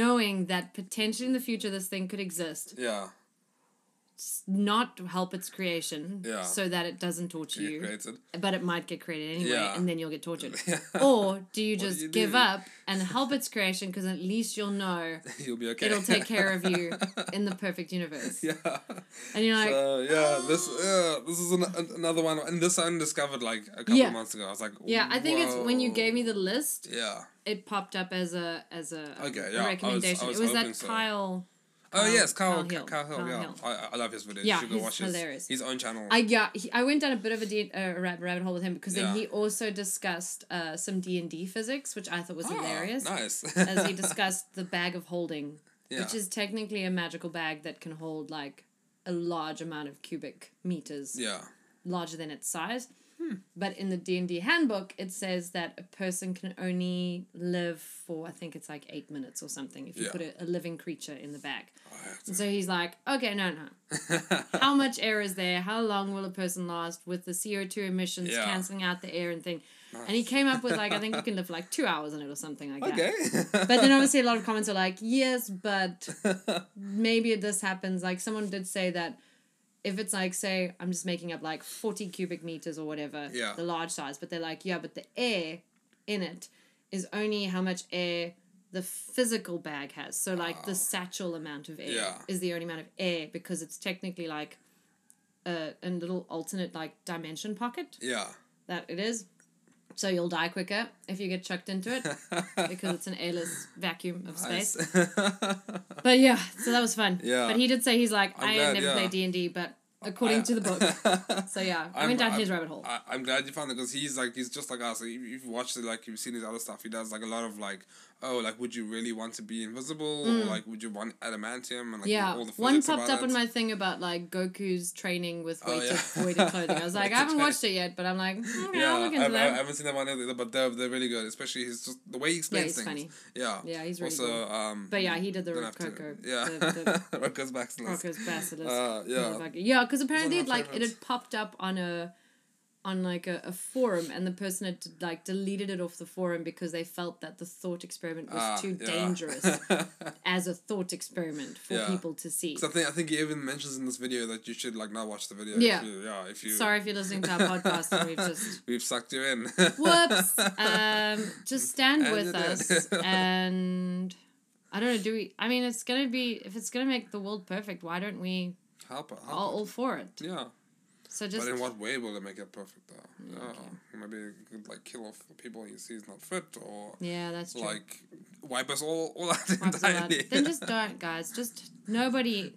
A: knowing that potentially in the future this thing could exist,
B: yeah
A: s- not help its creation
B: Yeah.
A: so that it doesn't torture
B: you
A: you,
B: created <laughs>
A: but it might get created anyway
B: Yeah.
A: and then you'll get tortured?
B: <laughs> Yeah.
A: Or do you
B: do
A: just
B: you
A: give
B: do?
A: up and help its creation because at least you'll know
B: you'll be <laughs> okay
A: it'll take care of you in the perfect
B: <laughs>
A: universe?
B: yeah
A: And you're
B: <laughs>
A: like, ah.
B: so yeah this uh, this is an, an- another one and this I discovered like a couple
A: Yeah.
B: months ago I was like
A: Yeah, I think it's when you gave me the
B: "Whoa."
A: list,
B: yeah
A: it popped up as a as a, um,
B: Okay, yeah, I was- I
A: recommendation.
B: was
A: it was
B: hoping
A: that
B: so.
A: Kyle
B: oh
A: Kyle-
B: yes, Kyle
A: Kyle Hill.
B: Kyle Hill.
A: Kyle
B: yeah,
A: Hill.
B: I, I- I love his videos.
A: Yeah,
B: you should go
A: he's
B: watch his,
A: hilarious.
B: his own channel.
A: I yeah, he, I went down a bit of a, de- a rabbit rabbit hole with him because then
B: Yeah.
A: he also discussed uh, some D and D physics, which I thought was
B: Ah,
A: hilarious.
B: Nice.
A: <laughs>
B: <laughs>
A: as he discussed the bag of holding,
B: yeah.
A: which is technically a magical bag that can hold like a large amount of cubic meters,
B: yeah.
A: larger than its size.
B: Hmm.
A: But in the D and D handbook, it says that a person can only live for I think it's like eight minutes or something if you
B: Yeah. Oh,
A: put a, a living creature in the bag.
B: I have to-
A: And so he's like, okay, no, no, how much air is there? How long will a person last with the CO2 emissions
B: Yeah.
A: canceling out the air and thing? And he came up with like I think you
B: <laughs>
A: can live for like two hours in it or something like
B: <laughs>
A: that.
B: okay.
A: But then obviously a lot of comments are like, yes, but maybe this happens. Like someone did say that if it's like say I'm just making up like forty cubic meters or whatever,
B: Yeah.
A: the large size, but they're like, yeah, but the air in it is only how much air the physical bag has. So like the satchel amount of air
B: Ah. Yeah.
A: is the only amount of air because it's technically like a, a little alternate like dimension pocket
B: <laughs> yeah. <laughs>
A: that it is. So you'll die quicker if you get chucked into
B: <laughs>
A: it because it's an airless vacuum of space. But yeah, so that was fun.
B: Yeah.
A: But he did say he's like,
B: I'm
A: i
B: glad,
A: never
B: yeah.
A: played D and D, but according to the
B: <laughs>
A: book. So yeah, I
B: I'm-
A: went down his
B: I'm-
A: rabbit hole.
B: I, I'm glad you found it because he's like he's just like us. Like, if you've watched it, like you've seen his other stuff. He does like a lot of like, oh, like would you really want to be invisible? Or like would you want adamantium? And like
A: Mm. yeah,
B: all the
A: one
B: physics
A: popped
B: about
A: up on
B: it.
A: my thing about like Goku's training with
B: Oh,
A: weighted,
B: yeah.
A: weighted clothing. I was
B: <laughs>
A: like, I
B: Weighted
A: haven't
B: training.
A: watched it yet, but I'm like, okay,
B: Yeah,
A: I'll look
B: I,
A: into
B: I, I
A: that.
B: haven't seen that one either, but they're they're really good. Especially his just the way he explains
A: he's
B: things.
A: funny.
B: Yeah,
A: Yeah, he's really
B: also
A: good.
B: um.
A: But yeah, he did the
B: don't have to-
A: Rococo.
B: Yeah, <laughs>
A: The,
B: Rocco's
A: the
B: Baxless. <laughs>
A: Rococo's basilisk.
B: Uh, yeah.
A: motherfucker. yeah, because apparently,
B: one of my
A: like, it had popped up on a, on like a, a forum, and the person had like deleted it off the forum because they felt that the thought experiment was
B: Ah,
A: too
B: yeah. <laughs>
A: dangerous as a thought experiment for
B: Yeah.
A: people to see.
B: So I think I think he even mentions in this video that you should like not watch the video.
A: Yeah.
B: If you, yeah. If you.
A: Sorry if you're listening to our podcast and we've just
B: <laughs> We've sucked you in. <laughs>
A: whoops. Um, just stand
B: And
A: with
B: you're dead.
A: us, and I don't know. Do we? I mean, it's gonna be if it's gonna make the world perfect. Why don't we
B: help. help
A: all, all for it?
B: Yeah.
A: So just
B: Oh. but in what way will it make it perfect though? Yeah. Maybe it could like kill off the people he sees not fit or
A: yeah, that's true.
B: like wipe us all, all out <laughs>
A: Wipes a lot.
B: entirely.
A: Then just don't, guys. Just nobody,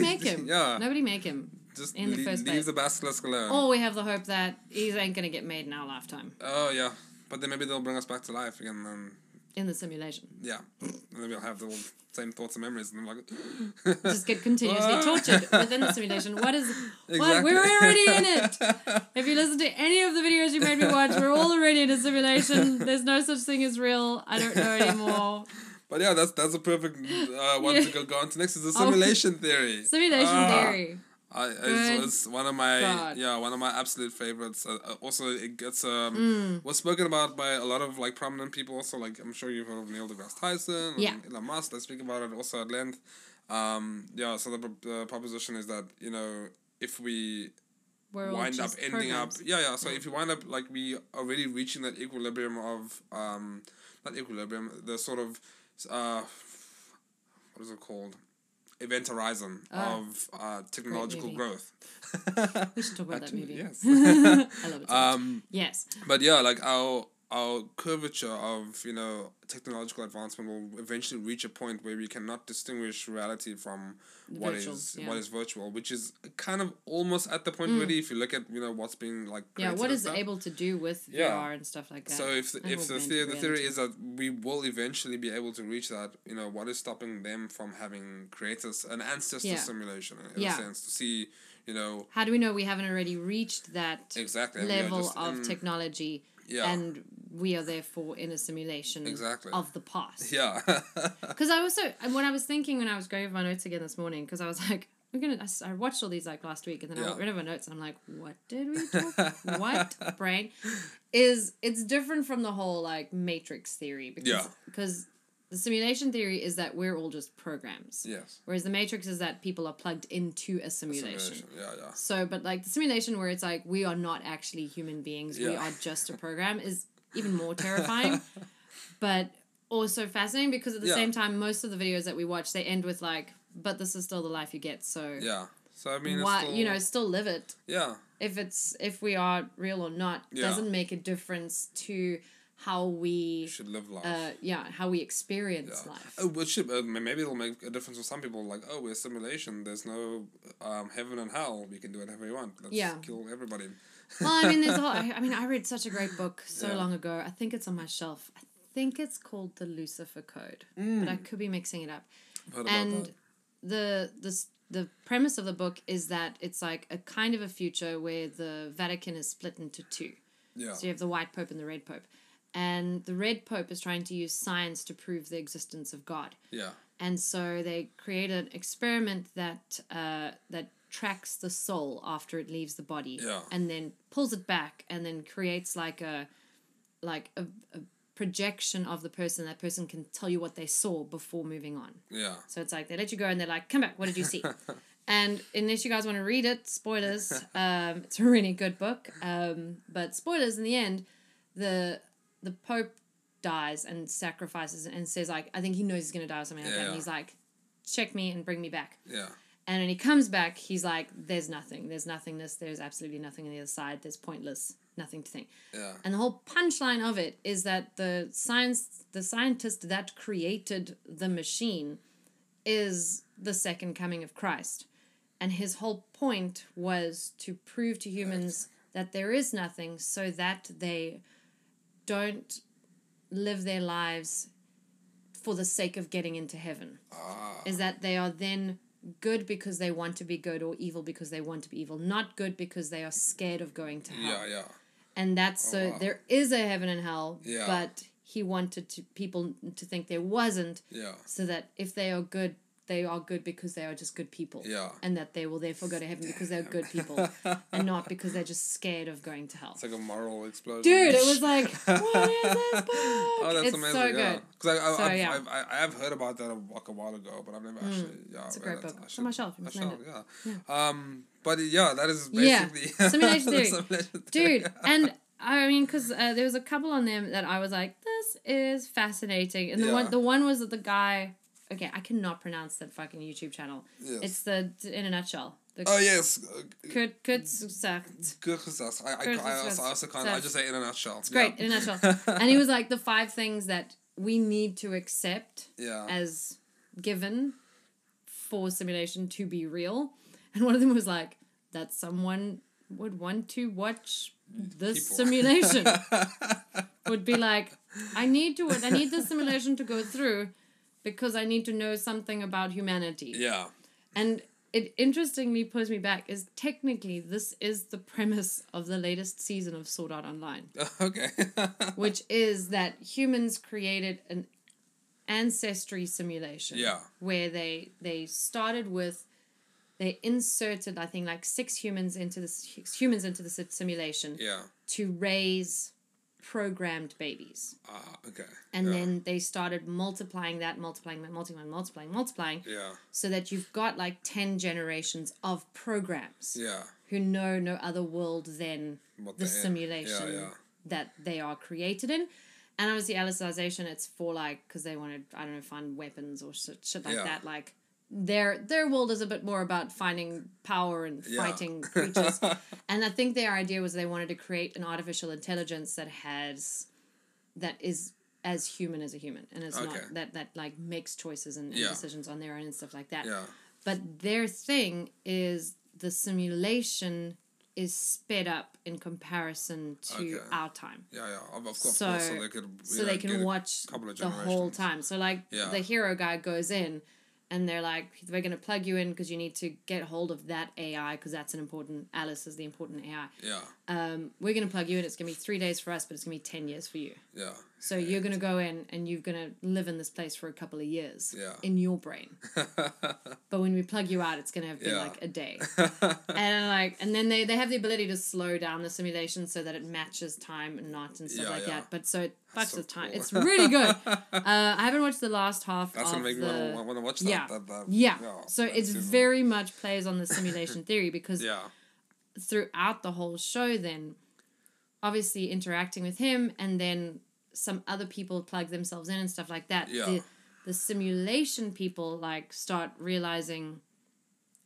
B: Nobody- <laughs>
A: make him.
B: yeah. Um,
A: Nobody make him.
B: Just
A: in the
B: lea-
A: first place. Oh.
B: leave the basilisk alone.
A: Or we have the hope that he ain't gonna get made in our lifetime
B: Oh yeah. But then maybe they'll bring us back to life again and then
A: in the simulation.
B: yeah. and then we'll have the all same thoughts and memories and I'm like
A: <gasps>
B: <laughs>
A: Just get continuously
B: What?
A: tortured
B: <laughs>
A: within the simulation. What is? What?
B: Exactly.
A: We're already in
B: <laughs>
A: it. If you listen to any of the videos you made me watch, we're all already in a simulation. There's no such thing as real. I don't know
B: <laughs>
A: anymore.
B: But yeah, that's that's a perfect uh, one
A: Yeah.
B: to go, go on to next is the
A: <laughs> Oh.
B: simulation theory.
A: Simulation
B: Ah.
A: theory.
B: I, it's,
A: Good
B: it's one of my
A: God.
B: yeah one of my absolute favorites. Uh, uh, also, it gets um
A: Mm.
B: was spoken about by a lot of like prominent people. Also, like I'm sure you've heard of Neil deGrasse Tyson.
A: Yeah.
B: And Elon Musk. They speak about it also at length. Um, yeah. So the pro- the proposition is that you know if we
A: We're all
B: wind up
A: just
B: ending
A: programs.
B: up yeah yeah so if you wind up like we already reaching that equilibrium of um not equilibrium the sort of uh what is it called event horizon
A: Ah.
B: of uh technological
A: movie.
B: growth
A: We should talk about that movie.
B: yes
A: <laughs> I love it. so much.
B: um
A: yes.
B: but yeah like our our curvature of you know technological advancement will eventually reach a point where we cannot distinguish reality from what is
A: virtual, yeah. Mm.
B: what is virtual, which is kind of almost at the point really if you look at you know what's being like
A: Yeah,
B: created
A: what
B: and
A: is
B: stuff.
A: able to do with
B: Yeah.
A: VR and stuff like that?
B: so if the,
A: and
B: if the
A: augmented
B: theory the theory
A: reality.
B: is that we will eventually be able to reach that you know what is stopping them from having created s- an ancestor
A: Yeah.
B: simulation in
A: Yeah.
B: a sense to see you know
A: how do we know we haven't already reached that
B: exactly and we are
A: level
B: just
A: of
B: in-
A: technology
B: yeah
A: and we are therefore in a simulation
B: Exactly.
A: of the past
B: <laughs> yeah
A: <laughs>
B: <laughs>
A: because i also and what i was thinking when i was going over my notes again this morning because i was like we're gonna I s- i watched all these like last week and then i
B: Yeah.
A: got rid of my notes i'm like what did we talk
B: <laughs>
A: what brain is it's different from the whole like matrix theory because
B: Yeah.
A: because the simulation theory is that we're all just programs
B: yes
A: whereas the matrix is that people are plugged into a simulation.
B: simulation yeah yeah
A: So, but like the simulation where it's like we are not actually human beings, we
B: Yeah.
A: are just a program is even
B: <laughs>
A: more terrifying, but also fascinating because at the
B: Yeah.
A: same time, most of the videos that we watch they end with like, but this is still the life you get. So,
B: yeah so I mean
A: why
B: it's still,
A: you know still live it
B: yeah
A: if it's if we are real or not
B: Yeah.
A: doesn't make a difference to how we
B: should live life.
A: uh, yeah, how we experience
B: Yeah.
A: life.
B: Oh, well, shit, uh, ma- maybe it'll make a difference for some people. Like, oh, we're simulation. There's no um, heaven and hell. We can do whatever we want. Let's
A: Yeah.
B: kill everybody.
A: well, I mean, there's a whole, I I mean, I read such a great book so
B: Yeah.
A: long ago. I think it's on my shelf. I think it's called The Lucifer Code, but I could be mixing it up.
B: I've heard about
A: and
B: that.
A: the the s- the premise of the book is that it's like a kind of a future where the Vatican is split into two.
B: Yeah.
A: So you have the white pope and the red pope. And the red pope is trying to use science to prove the existence of God.
B: yeah.
A: And so they create an experiment that uh, that tracks the soul after it leaves the body,
B: Yeah.
A: and then pulls it back, and then creates like a like a, a projection of the person. That person can tell you what they saw before moving on.
B: Yeah.
A: So it's like they let you go, and they're like, "Come back. What did you see?" and unless you guys want to read it, spoilers. Um, it's a really good book, um, but spoilers in the end. The the Pope dies and sacrifices and says like, "I think he knows he's gonna die or something like that."
B: Yeah.
A: And he's like, "Check me and bring me back."
B: Yeah.
A: And when he comes back, he's like, "There's nothing. There's nothingness. There's absolutely nothing on the other side. There's pointless. Nothing to think."
B: Yeah.
A: And the whole punchline of it is that the science, the scientist that created the machine, is the second coming of Christ, and his whole point was to prove to humans that there is nothing, so that they don't live their lives for the sake of getting into heaven.
B: Ah.
A: Is that they are then good because they want to be good or evil because they want to be evil, not good because they are scared of going to
B: Yeah.
A: hell
B: Yeah.
A: and that's so
B: Oh, wow.
A: there is a heaven and hell
B: Yeah.
A: but he wanted to, people to think there wasn't
B: Yeah.
A: so that if they are good they are good because they are just good people
B: Yeah. <laughs>
A: and that they will therefore go to heaven because they're good people and not because they're just scared of going to hell
B: It's like a moral explosion.
A: dude it was like
B: <laughs>
A: what is this book
B: Oh, that's
A: it's
B: amazing!
A: so
B: yeah,
A: good
B: because I, I,
A: So,
B: I've,
A: yeah. Mm.
B: I've, I, I have heard about that a, like a while ago, but I've never actually. Yeah,
A: it's a
B: read
A: great
B: it.
A: book.
B: I
A: It's
B: should-
A: on my shelf.
B: I
A: It's
B: shall,
A: blended.
B: yeah. Um, but yeah, that is
A: Yeah.
B: basically <laughs>
A: Simulation theory.
B: simulation theory.
A: dude and i mean because uh, there was a couple on them that i was like this is fascinating and the
B: Yeah.
A: one the one was that the guy okay i cannot pronounce that fucking youtube channel
B: <laughs> Yes.
A: it's the in a nutshell the
B: Oh yes,
A: Kurt, Kurt Sucht.
B: Kurzgesagt. I, I,
A: Kurzgesagt.
B: I, also, I also can't. I just say in a nutshell. It's
A: great in a nutshell
B: <laughs>
A: and he was like the five things that we need to accept
B: yeah.
A: as given for simulation to be real and one of them was like that someone would want to watch this
B: People. <laughs>
A: simulation would be like, I need to I need this simulation to go through because I need to know something about humanity.
B: yeah. <laughs>
A: And it interestingly pulls me back is technically this is the premise of the latest season of Sword Art Online,
B: Okay. <laughs>
A: which is that humans created an ancestry simulation.
B: Yeah.
A: Where they they started with they inserted I think like six humans into this humans into the si- simulation
B: yeah.
A: to raise programmed babies.
B: Ah. Okay.
A: And
B: yeah.
A: then they started multiplying that, multiplying that, multiplying, multiplying, multiplying,
B: Yeah.
A: so that you've got like 10 generations of programs
B: Yeah.
A: who know no other world than
B: What
A: the
B: the end.
A: simulation
B: Yeah. Yeah.
A: that they are created in. And obviously, alicization, it's for like, because they want to, I don't know, find weapons or shit, shit like
B: Yeah.
A: that. Like, their, their world is a bit more about finding power and
B: Yeah. <laughs>
A: fighting creatures. and I think their idea was they wanted to create an artificial intelligence that has, that is as human as a human and it's
B: Okay.
A: not that that like makes choices and, and
B: Yeah.
A: decisions on their own and stuff like that
B: Yeah.
A: but their thing is the simulation is sped up in comparison to
B: Okay.
A: our time
B: Yeah. Yeah. Of, of course.
A: So-
B: so they could. you
A: so
B: know,
A: they
B: get
A: can
B: it-
A: watch
B: couple of
A: the whole
B: generations.
A: time so like
B: Yeah.
A: the hero guy goes in and they're like we're going to plug you in because you need to get hold of that ai because that's an important alice is the important ai
B: Yeah.
A: um, we're going to plug you in it's going to be three days for us but it's going to be 10 years for you <laughs>
B: Yeah.
A: so you're going to go in and you're going to live in this place for a couple of years
B: Yeah.
A: in your brain. but when we plug you out, it's going to have been
B: Yeah.
A: like a
B: <laughs>
A: day. and like, and then they, they have the ability to slow down the simulation so that it matches time and not and stuff
B: Yeah,
A: like
B: yeah.
A: that. But so it fucks
B: so
A: with time.
B: cool.
A: It's really
B: <laughs>
A: good. uh, I haven't watched the last half
B: That's
A: of
B: gonna make
A: the...
B: me Oh, want to watch that.
A: yeah.
B: That, that,
A: yeah.
B: yeah,
A: so
B: that
A: it's
B: season.
A: very much plays on the simulation theory because
B: Yeah.
A: throughout the whole show then obviously interacting with him and then some other people plug themselves in and stuff like that
B: Yeah.
A: the, the simulation people like start realizing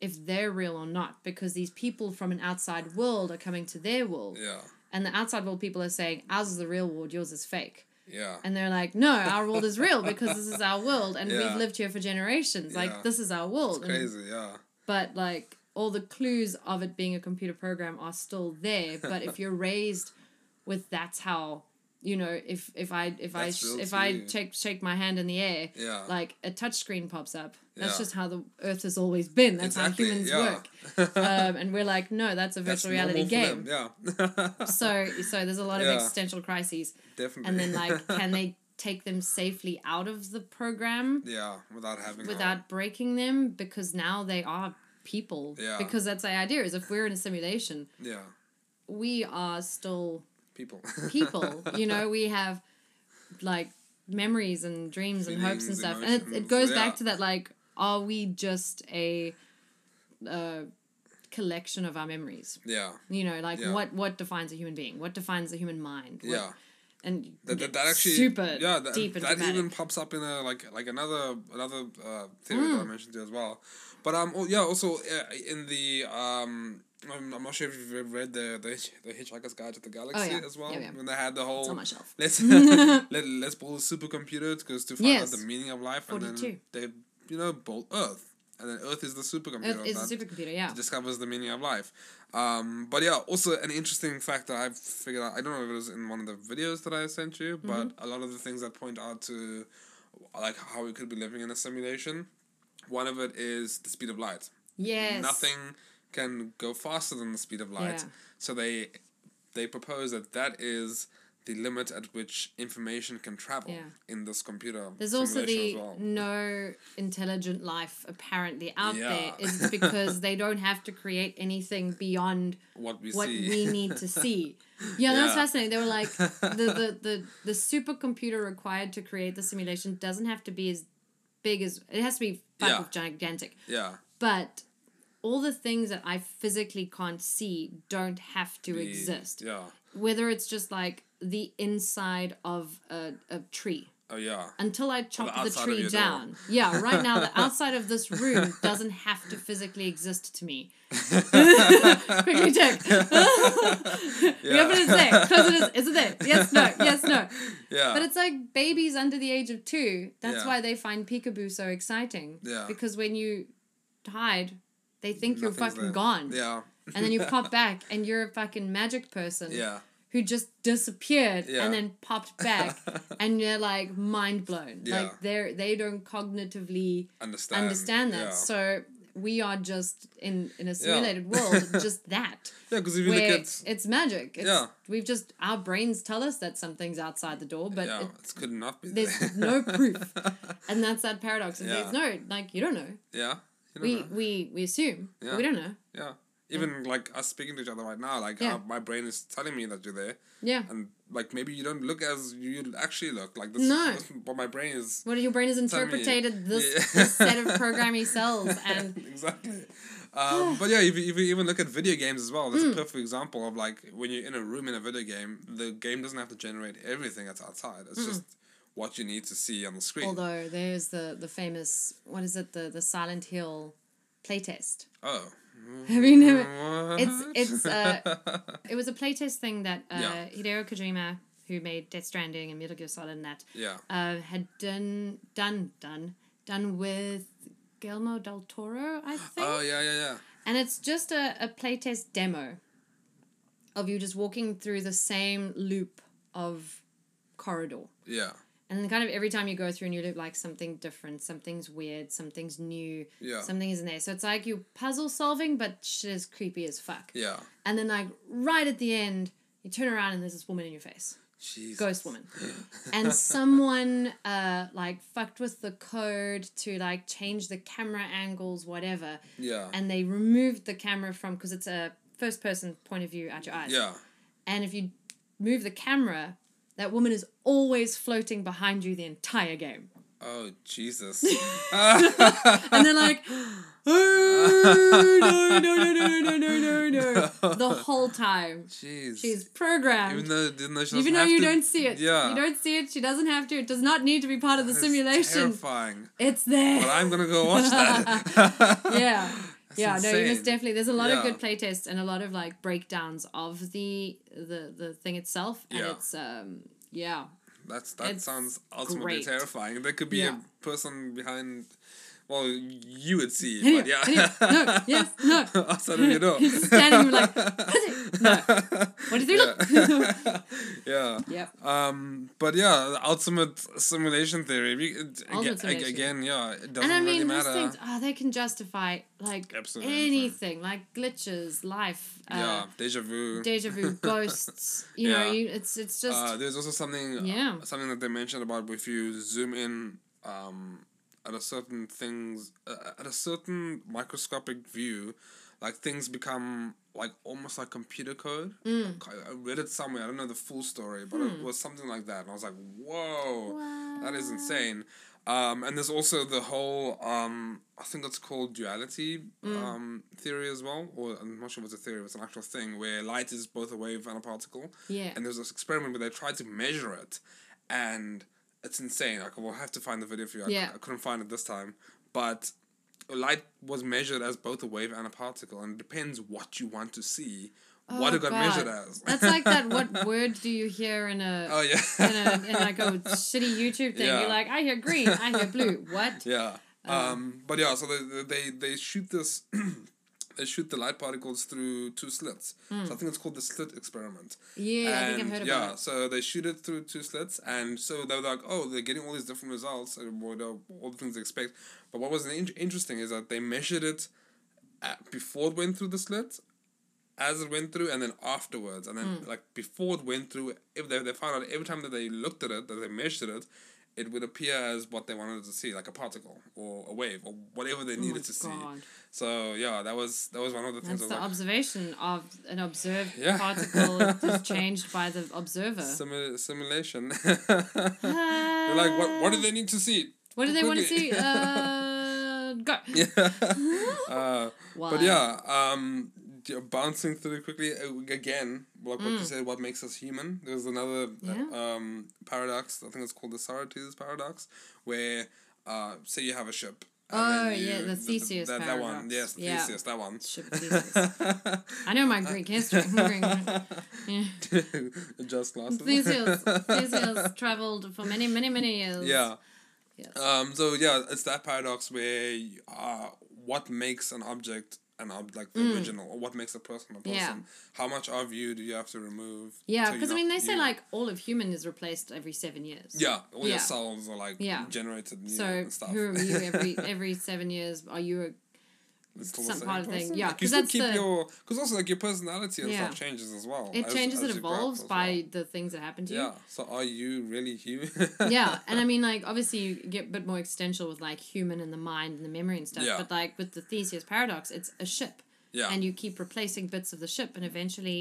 A: if they're real or not because these people from an outside world are coming to their world
B: Yeah.
A: and the outside world people are saying ours is the real world, yours is fake.
B: Yeah.
A: And they're like, no, our world is real because this is our world
B: <laughs>
A: and
B: Yeah.
A: we've lived here for generations.
B: Yeah.
A: Like, this is our
B: It's
A: world. And-
B: crazy, yeah.
A: but like all the clues of it being a computer program are still
B: <laughs>
A: there. But if you're raised with that's how, you know, if if I if I
B: That's
A: sh-
B: real
A: if
B: to
A: I
B: you.
A: shake shake my hand in the air,
B: Yeah.
A: like a touch screen pops up. That's
B: Yeah.
A: just how the Earth has always been. That's how
B: <laughs>
A: humans work.
B: work.
A: Um, and we're like, no, that's a virtual reality game.
B: Yeah. <laughs>
A: So so there's a lot of
B: Yeah.
A: existential crises.
B: Definitely.
A: And then like, can they take them safely out of the program?
B: <laughs> Yeah, without having.
A: without breaking them because now they are people.
B: Yeah.
A: Because that's the idea is if we're in a simulation,
B: A, yeah.
A: we are still
B: People. <laughs>
A: people. you know, we have like memories and dreams and hopes and
B: Feelings,
A: stuff. And it, it
B: emotions,
A: goes
B: yeah.
A: back to that like, are we just a uh, collection of our memories?
B: yeah.
A: You know, like
B: Yeah.
A: what what defines a human being? What defines the human mind? What-
B: Yeah.
A: And
B: That, that, that actually
A: super
B: yeah that,
A: deep and
B: that
A: dramatic.
B: even pops up in a like like another another uh, theory that I
A: Hmm.
B: mentioned to you as well, but um oh, yeah also uh, in the um I'm, I'm not sure if you've ever read the the, Hitch- the Hitchhiker's Guide to the Galaxy
A: Oh, yeah.
B: as well
A: Yeah, yeah.
B: when they had the whole
A: on my shelf.
B: <laughs>
A: <laughs>
B: let's let, let's build a supercomputer because to find
A: Yes.
B: out the meaning of life and
A: 42.
B: then they you know built Earth and then Earth is the supercomputer
A: Earth is
B: that-
A: a supercomputer, yeah.
B: discovers the meaning of life. Um, but yeah, also an interesting fact that I've figured out. I don't know if it was in one of the videos that I sent you,
A: Mm-hmm.
B: but a lot of the things that point out to like how we could be living in a simulation. One of it is the speed of light.
A: Yes.
B: Nothing can go faster than the speed of light.
A: Yeah.
B: So they they propose that that is the limit at which information can travel
A: Yeah.
B: in this computer.
A: There's also the
B: simulation as well.
A: no intelligent life apparently out
B: Yeah.
A: there
B: <laughs>
A: is because they don't have to create anything beyond
B: what we
A: what
B: <laughs> see.
A: we need to see. Yeah, that's
B: Yeah.
A: fascinating. They were like
B: <laughs>
A: the, the, the, the supercomputer required to create the simulation doesn't have to be as big as it has to be
B: Yeah.
A: fucking gigantic.
B: yeah.
A: But all the things that I physically can't see don't have to
B: the-
A: exist.
B: Yeah.
A: Whether it's just like the inside of a, a tree
B: Oh yeah.
A: until I chop the,
B: outside of
A: tree
B: your
A: down. Yeah, right now
B: <laughs>
A: the outside of this room doesn't have to physically exist to me.
B: <laughs>
A: Quickly check. We open it, it's there. Close it, it's- is it there? Yes, no, yes, no.
B: Yeah.
A: But it's like babies under the age of two. That's
B: Yeah.
A: why they find peekaboo so exciting.
B: Yeah.
A: Because when you hide, they think you're
B: Nothing's
A: fucking
B: there.
A: gone.
B: Yeah. <laughs>
A: And then you pop back and you're a fucking magic person
B: Yeah.
A: who just disappeared
B: Yeah.
A: and then popped
B: <laughs>
A: back and you're like mind blown
B: Yeah.
A: like they're they don't cognitively
B: Understand.
A: understand that
B: Yeah.
A: so we are just in in a
B: <laughs>
A: simulated world just that
B: yeah, because if you look
A: where
B: at
A: it's, magic it's,
B: Yeah.
A: we've just our brains tell us that something's outside the door but
B: yeah,
A: it,
B: it could not be.
A: there's
B: there.
A: no proof and that's that paradox It
B: Yeah.
A: says no like you don't know
B: <laughs> yeah. You don't
A: we
B: know.
A: we we assume but
B: Yeah.
A: we don't know
B: Yeah. Even like us speaking to each other right now, like
A: Yeah.
B: uh, my brain is telling me that you're there,
A: yeah
B: and like maybe you don't look as you actually look. Like this, <laughs>
A: No.
B: this is what my brain is.
A: what your brain has
B: Tell me. <laughs>
A: interpreted this,
B: Yeah.
A: this set of programming
B: <laughs>
A: cells and
B: exactly. Um, but yeah, if you, if you even look at video games as well, that's
A: Hmm.
B: a perfect example of like when you're in a room in a video game, the game doesn't have to generate everything that's outside. It's just what you need to see on the screen.
A: Hmm. Although there's the the famous what is it the the Silent Hill playtest.
B: oh.
A: Have you never?
B: It's
A: It's it's uh, it was a playtest thing that uh,
B: Yeah.
A: Hideo Kojima, who made Death Stranding and Metal Gear Solid and that,
B: <laughs> yeah.
A: uh, had done done done done with Guillermo del Toro, I think.
B: Oh yeah, yeah, yeah.
A: And it's just a, a playtest demo of you just walking through the same loop of corridor.
B: Yeah.
A: And then kind of every time you go through and you look like something different, something's weird, something's new,
B: Yeah.
A: something isn't there. So it's like you puzzle solving, but shit is creepy as fuck.
B: Yeah.
A: And then like right at the end, you turn around and there's this woman in your face.
B: Jeez. <laughs>
A: Ghost woman. and someone uh like fucked with the code to like change the camera angles, whatever.
B: Yeah.
A: And they removed the camera from because it's a first person point of view at your eyes.
B: Yeah.
A: And if you move the camera, that woman is always floating behind you the entire game.
B: Oh Jesus.
A: <laughs>
B: <laughs>
A: And they're like, oh, no, no, no, no, no, no, no,
B: <laughs>
A: no. The whole time.
B: Jeez.
A: She's
B: even
A: programmed.
B: though didn't know she doesn't
A: Even though
B: have
A: you
B: to-
A: don't see it.
B: Yeah.
A: You don't see it. She doesn't have to. It does not need to be part of the
B: That's
A: simulation.
B: Terrifying.
A: It's there.
B: <laughs> But I'm gonna go watch that.
A: <laughs> yeah. yeah, no, you must
B: insane.
A: definitely. There's a lot of
B: Yeah.
A: good playtests and a lot of like breakdowns of the the the thing itself, and
B: Yeah.
A: it's um yeah,
B: That's that
A: It's
B: sounds ultimately
A: great.
B: terrifying. There could be
A: Yeah.
B: a person behind. Well, you would see,
A: Anyway,
B: but yeah.
A: anyway, no, yes,
B: <laughs>
A: no.
B: Outside of your door.
A: <laughs> Standing like,
B: <laughs>
A: No. what did they look?
B: yeah. <laughs> yeah.
A: yep.
B: Um, but yeah, the ultimate simulation theory. We, it,
A: Ultimate
B: aga-
A: simulation.
B: again, yeah, it doesn't
A: And I
B: really
A: mean, these
B: matter.
A: things, oh, they can justify like
B: Absolutely
A: anything,
B: anything.
A: like glitches, life,
B: yeah,
A: uh,
B: deja vu.
A: deja
B: <laughs>
A: vu, ghosts. You know,
B: Yeah.
A: you, it's it's just
B: uh, there's also something
A: Yeah.
B: something that they mentioned about if you zoom in um, at a certain things uh, at a certain microscopic view like things become like almost like computer code
A: mm.
B: I, I read it somewhere i don't know the full story but
A: Hmm.
B: it was something like that and i was like whoa that is insane um, and there's also the whole um, i think it's called duality
A: Hmm.
B: um, theory as well or i'm not sure if it's a theory if it's an actual thing where light is both a wave and a particle
A: yeah.
B: and there's this experiment where they tried to measure it, and it's insane. Like, we'll have to find the video for you. I,
A: Yeah.
B: I couldn't find it this time, but light was measured as both a wave and a particle, and it depends what you want to see, what
A: Oh,
B: it got
A: God.
B: measured as.
A: That's like that. What word do you hear in a
B: <laughs> oh yeah.
A: <laughs> in, a, in like a shitty YouTube thing?
B: Yeah.
A: You're like, I hear green, I hear blue.
B: <laughs>
A: What?
B: <laughs> yeah.
A: Oh.
B: Um, but yeah, so they they they shoot this. <clears throat> They shoot the light particles through two slits.
A: Hmm.
B: So I think it's called the slit experiment.
A: Yeah, I think I've
B: And,
A: heard
B: yeah,
A: about it.
B: so they shoot it through two slits, and so they were like, oh, they're getting all these different results, and what, uh, all the things they expect. But what was in- interesting is that they measured it at, before it went through the slit, as it went through, and then afterwards. And then,
A: Hmm.
B: like, before it went through, if they, they found out every time that they looked at it, that they measured it, it would appear as what they wanted to see, like a particle or a wave or whatever they needed to see.
A: Oh God.
B: So yeah, that was that was one of the things.
A: That's
B: I was
A: the
B: like,
A: observation of an observed
B: Yeah. <laughs>
A: particle that's changed by the observer. <laughs>
B: Simu- simulation. <laughs>
A: Ah.
B: They're like, what? What do they need to see? <laughs>
A: What do they want to
B: Quickly.
A: see? Uh, go.
B: <laughs> uh,
A: Why?
B: but yeah, um, d- bouncing through quickly uh, again. Like what you said, what makes us human? There's another
A: Mm. Yeah.
B: uh, um, paradox. I think it's called the Socrates paradox, where uh, say you have a ship. and
A: Oh,
B: then
A: yeah, the Theseus
B: that, that one.
A: paradox.
B: Yes, the
A: Yeah.
B: Theseus, that one.
A: Ship thesis.
B: <laughs>
A: I know my Greek history. Greek- yeah.
B: Just glasses. <laughs>
A: Theseus, Theseus traveled for many, many, many years.
B: Yeah.
A: Yes.
B: Um, so yeah, it's that paradox where you- uh, what makes an object an ob- like the original, or what makes a person a person.
A: Mm. Yeah.
B: How much of you do you have to remove?
A: Yeah,
B: so you're
A: because I mean,
B: not
A: they say
B: you?
A: like all of human is replaced every seven years.
B: yeah, all
A: Yeah.
B: your cells are like
A: Yeah.
B: generated new
A: So
B: and stuff.
A: who
B: <laughs>
A: are you every every seven years? Are you
B: Oh,
A: a
B: It's still the
A: some
B: same
A: part of thing,
B: person?
A: yeah,
B: Like,
A: 'cause
B: you still
A: that's
B: keep
A: the-
B: your because also like your personality and
A: Yeah.
B: stuff changes as well.
A: It
B: as-
A: changes,
B: as
A: it
B: you grow up
A: evolves
B: as
A: by the things that happen to
B: well.
A: you.
B: Yeah. So are you really human? <laughs>
A: yeah, and I mean, like, obviously, you get a bit more existential with like human and the mind and the memory and stuff.
B: Yeah.
A: But like with the Theseus paradox, it's a ship,
B: yeah.
A: and you keep replacing bits of the ship, and eventually,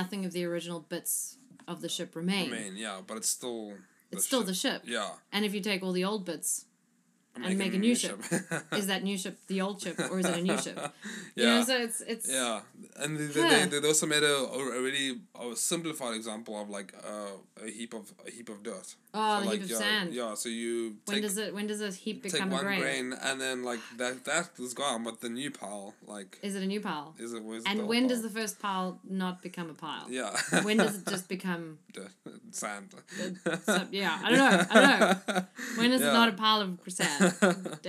A: nothing of the original bits of the ship remain.
B: I mean, yeah, but it's still.
A: it's still the
B: ship.
A: ship.
B: Yeah.
A: And if you take all the old bits, And make a new ship. <laughs> is that new ship the old ship or is it a
B: <laughs>
A: new ship? You know,
B: Yeah.
A: so it's it's
B: Yeah, and they,
A: Huh.
B: they, they, they also made a, a really a simplified example of like uh, a heap of a heap of dirt. So,
A: oh the
B: like,
A: heap of
B: yeah,
A: sand.
B: Yeah, so you
A: when
B: take,
A: does it when does a heap
B: take
A: become a
B: one
A: grain?
B: grain. and then like that that is gone, but the new pile like
A: Is it a new pile?
B: is it was
A: And when does the first pile not become a pile?
B: yeah
A: <laughs> When
B: <laughs>
A: does it just become
B: Dirt. sand
A: so, yeah, I don't know. I don't know. When is it
B: Yeah.
A: not a pile of
B: <laughs>
A: sand?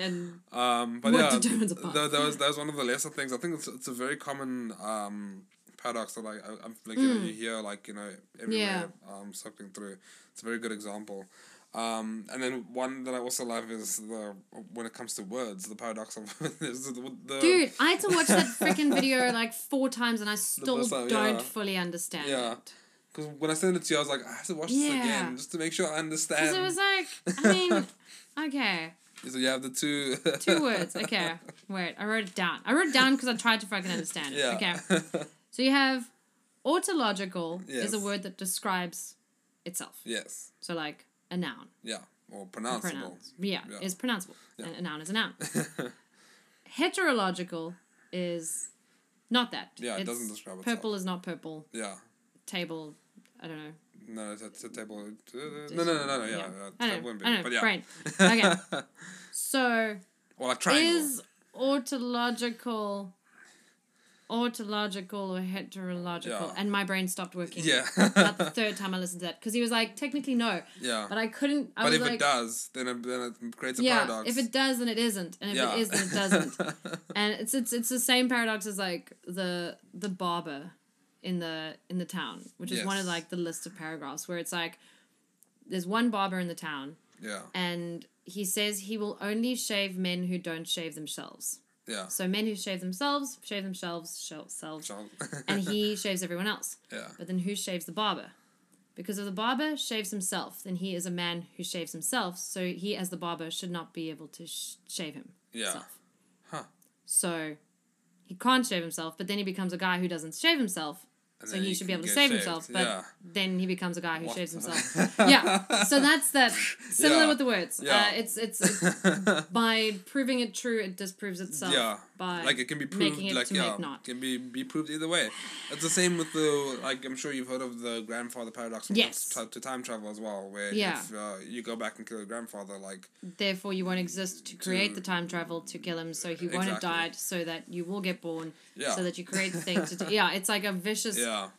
A: And
B: Um, but
A: What
B: yeah,
A: determines a path?
B: tho- that was that was one of the lesser things. I think it's it's a very common um, paradox that like I, I'm like
A: Hmm.
B: you, know, you hear like you know everywhere um, circling through. It's a very good example. Um, and then one that I also love is the when it comes to words, the paradox of <laughs> there's the, the
A: dude, I had to watch that freaking video like four times and I still
B: first time,
A: don't
B: uh, yeah.
A: fully understand
B: Yeah.
A: it.
B: because when I sent it to you, I was like I have to watch this
A: Yeah.
B: again just to make sure I understand.
A: Because it was like, I mean, okay,
B: so you have the two <laughs>
A: two words. Okay, wait, I wrote it down. I wrote it down because I tried to fucking understand it.
B: yeah.
A: Okay, so you have autological is
B: Yes.
A: a word that describes itself.
B: <laughs> yes.
A: So like a noun,
B: Yeah. Or pronounceable.
A: pronounce. Yeah,
B: Yeah.
A: is pronounceable.
B: Yeah.
A: And a noun is a noun. heterological is not that.
B: Yeah, it
A: It's
B: doesn't describe itself.
A: Purple is not purple.
B: <laughs> yeah.
A: Table, I don't know.
B: No, it's, it's a table. No, no, no, no, no. Yeah, yeah.
A: Mm, I
B: that
A: don't know.
B: <laughs> wouldn't be.
A: I don't know.
B: But yeah.
A: Brain. Okay. So
B: Or like triangle.
A: is autological, autological or heterological,
B: Yeah.
A: and my brain stopped working.
B: Yeah. <laughs>
A: About the third time I listened to that because he was like, technically no,
B: yeah.
A: but I couldn't. I
B: But
A: was
B: if
A: like,
B: it does, then it, then it creates a
A: yeah,
B: paradox.
A: if it does, then it isn't, and if it is, then it doesn't.
B: <laughs>
A: and it's it's it's the same paradox as like the the barber in the in the town which is one of
B: Yes.
A: like the list of paragraphs where it's like there's one barber in the town
B: yeah,
A: and he says he will only shave men who don't shave themselves <laughs>
B: yeah.
A: so men who shave themselves shave themselves shel- selves
B: John-
A: and he shaves everyone else
B: <laughs> yeah,
A: but then who shaves the barber because if the barber shaves himself then he is a man who shaves himself so he as the barber should not be able to sh- shave him
B: yeah,
A: self.
B: Huh.
A: So he can't shave himself, but then he becomes a guy who doesn't shave himself.
B: And
A: So
B: then
A: he
B: you
A: should be
B: can
A: able
B: get
A: to save
B: shaved,
A: himself, but
B: yeah.
A: then he becomes a guy who
B: What
A: shaves
B: the- <laughs>
A: himself. yeah. So that's that. Similar
B: Yeah.
A: with the words.
B: Yeah.
A: Uh, it's, it's it's <laughs>
B: <laughs>
A: by proving it true, it disproves itself.
B: yeah.
A: By
B: Like it can be
A: making
B: proved,
A: it
B: like
A: to
B: yeah,
A: make not.
B: can be be proved either way. It's the same with the like I'm sure you've heard of the grandfather paradox. When
A: Yes.
B: it comes to, to time travel as well, where
A: Yeah.
B: if uh, you go back and kill your grandfather, like
A: Therefore, you won't exist to create
B: To-
A: the time travel to kill him, so he won't have
B: Exactly.
A: died, so that you will get born,
B: Yeah.
A: so that you create
B: <laughs>
A: the thing to do. Yeah, it's like a vicious
B: yeah,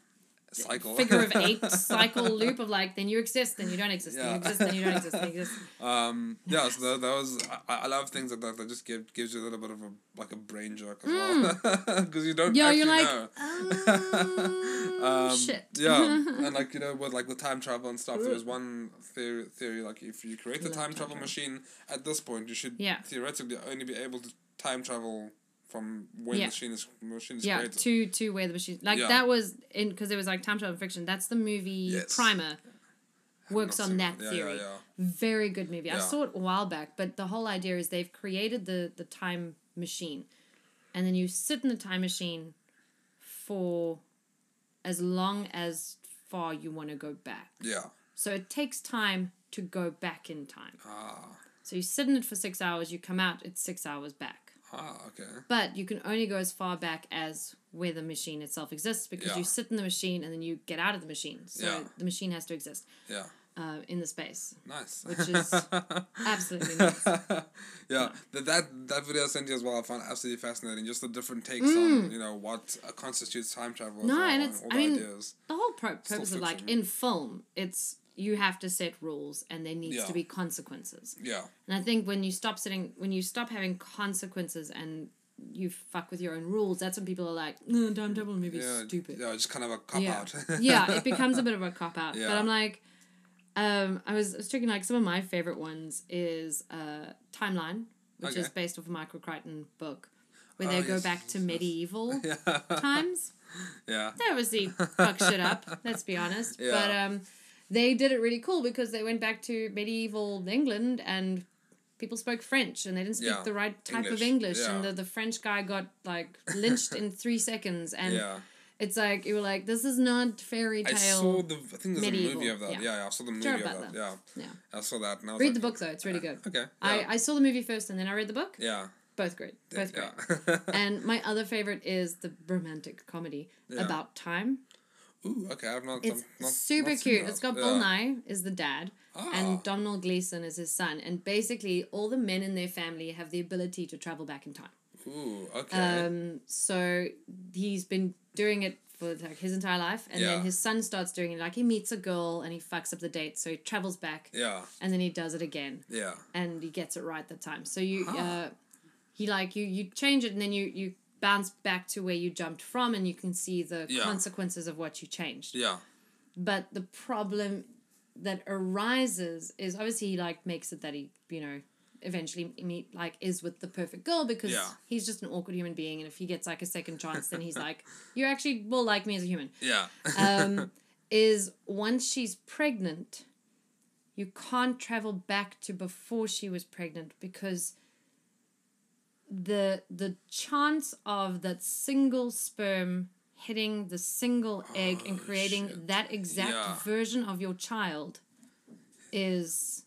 B: cycle
A: figure of eight cycle loop of like then you exist then you don't exist then
B: Yeah.
A: you exist then you don't exist then
B: <laughs>
A: you exist
B: <laughs> Um, yeah, so that, that was I, I love things like that that just give gives you a little bit of a like a brain jerk as <laughs> well because you don't.
A: yeah
B: actually
A: Hmm. you're like
B: know. <laughs>
A: oh
B: Um,
A: shit <laughs>
B: yeah, and like you know, with like with time travel and stuff, there was one theory. Theory like if you create the
A: Love
B: time
A: time
B: travel
A: travel.
B: machine at this point, you should
A: Yeah.
B: theoretically only be able to time travel from when
A: Yeah.
B: the machine is machine is
A: yeah
B: created.
A: to to where the machine like
B: Yeah.
A: that was in because it was like time travel fiction that's the movie
B: Yes.
A: primer works
B: Not
A: on that
B: seen- yeah,
A: theory
B: Yeah, yeah,
A: very good movie i
B: Yeah.
A: saw it a while back but the whole idea is they've created the the time machine and then you sit in the time machine for as long as far you want to go back
B: yeah.
A: So it takes time to go back in time.
B: Ah,
A: So you sit in it for six hours, you come out, it's six hours back.
B: ah, okay.
A: But you can only go as far back as where the machine itself exists because
B: Yeah.
A: you sit in the machine and then you get out of the machine. So
B: Yeah.
A: the machine has to exist
B: Yeah,
A: uh, in the space.
B: nice.
A: Which is
B: <laughs>
A: absolutely nuts.
B: yeah, that that that video I sent you as well. I found absolutely fascinating. Just the different takes on you know what uh, constitutes time travel. as
A: Mm. No,
B: well,
A: and it's-
B: all
A: I
B: the
A: mean,
B: ideas.
A: The whole pro- purpose of like
B: fiction.
A: in film, it's you have to set rules and there needs
B: Yeah.
A: to be consequences.
B: Yeah,
A: And I think when you stop sitting, when you stop having consequences and you fuck with your own rules, that's when people are like, no, time travel movie
B: yeah,
A: stupid.
B: yeah, just kind of a cop
A: yeah.
B: out. <laughs>
A: yeah, it becomes a bit of a cop out.
B: Yeah.
A: But I'm like, um, I was, I was checking like some of my favorite ones is uh, Timeline, which is
B: Okay.
A: based off of a Michael Crichton book, where
B: Oh,
A: they go
B: yes,
A: back
B: yes,
A: to
B: yes. <laughs>
A: medieval
B: yeah,
A: times.
B: yeah,
A: They obviously fuck shit up. Let's be honest.
B: Yeah.
A: But um, they did it really cool because they went back to medieval England and people spoke French and they didn't speak
B: Yeah.
A: the right type of
B: English.
A: English and
B: Yeah.
A: the, the French guy got like lynched in three seconds and
B: yeah.
A: it's like you were like this is not fairy
B: I
A: tale.
B: saw the. I think there's a movie
A: medieval,
B: of that. Yeah.
A: yeah.
B: yeah, I saw the movie
A: Gerard
B: of that.
A: Butler.
B: Yeah,
A: Yeah.
B: I saw that. And I was
A: Read
B: like,
A: the book though; it's really good.
B: Okay.
A: I,
B: yeah,
A: I saw the movie first and then I read the book.
B: yeah.
A: Both great, both great.
B: yeah. <laughs>
A: And my other favorite is the romantic comedy
B: Yeah.
A: about time.
B: Ooh, okay. I've not.
A: It's
B: I've not,
A: super
B: not seen
A: cute.
B: that.
A: It's got
B: yeah.
A: Bill Nye is the dad,
B: Ah,
A: and Donald Gleason is his son. And basically, all the men in their family have the ability to travel back in time.
B: ooh, okay.
A: Um, so he's been doing it for like his entire life, and
B: Yeah.
A: then his son starts doing it. Like he meets a girl and he fucks up the date, so he travels back,
B: yeah,
A: and then he does it again,
B: yeah,
A: and he gets it right that time. So you,
B: Huh.
A: uh, he like you you change it, and then you you bounce back to where you jumped from, and you can see the
B: Yeah.
A: consequences of what you changed.
B: yeah,
A: But the problem that arises is obviously he like makes it that he you know eventually meet like is with the perfect girl because
B: Yeah.
A: he's just an awkward human being and if he gets like a second chance then he's like you actually will like me as a human
B: yeah.
A: <laughs> um is once she's pregnant you can't travel back to before she was pregnant because the the chance of that single sperm hitting the single egg and
B: Oh,
A: creating
B: shit.
A: that exact
B: Yeah.
A: version of your child is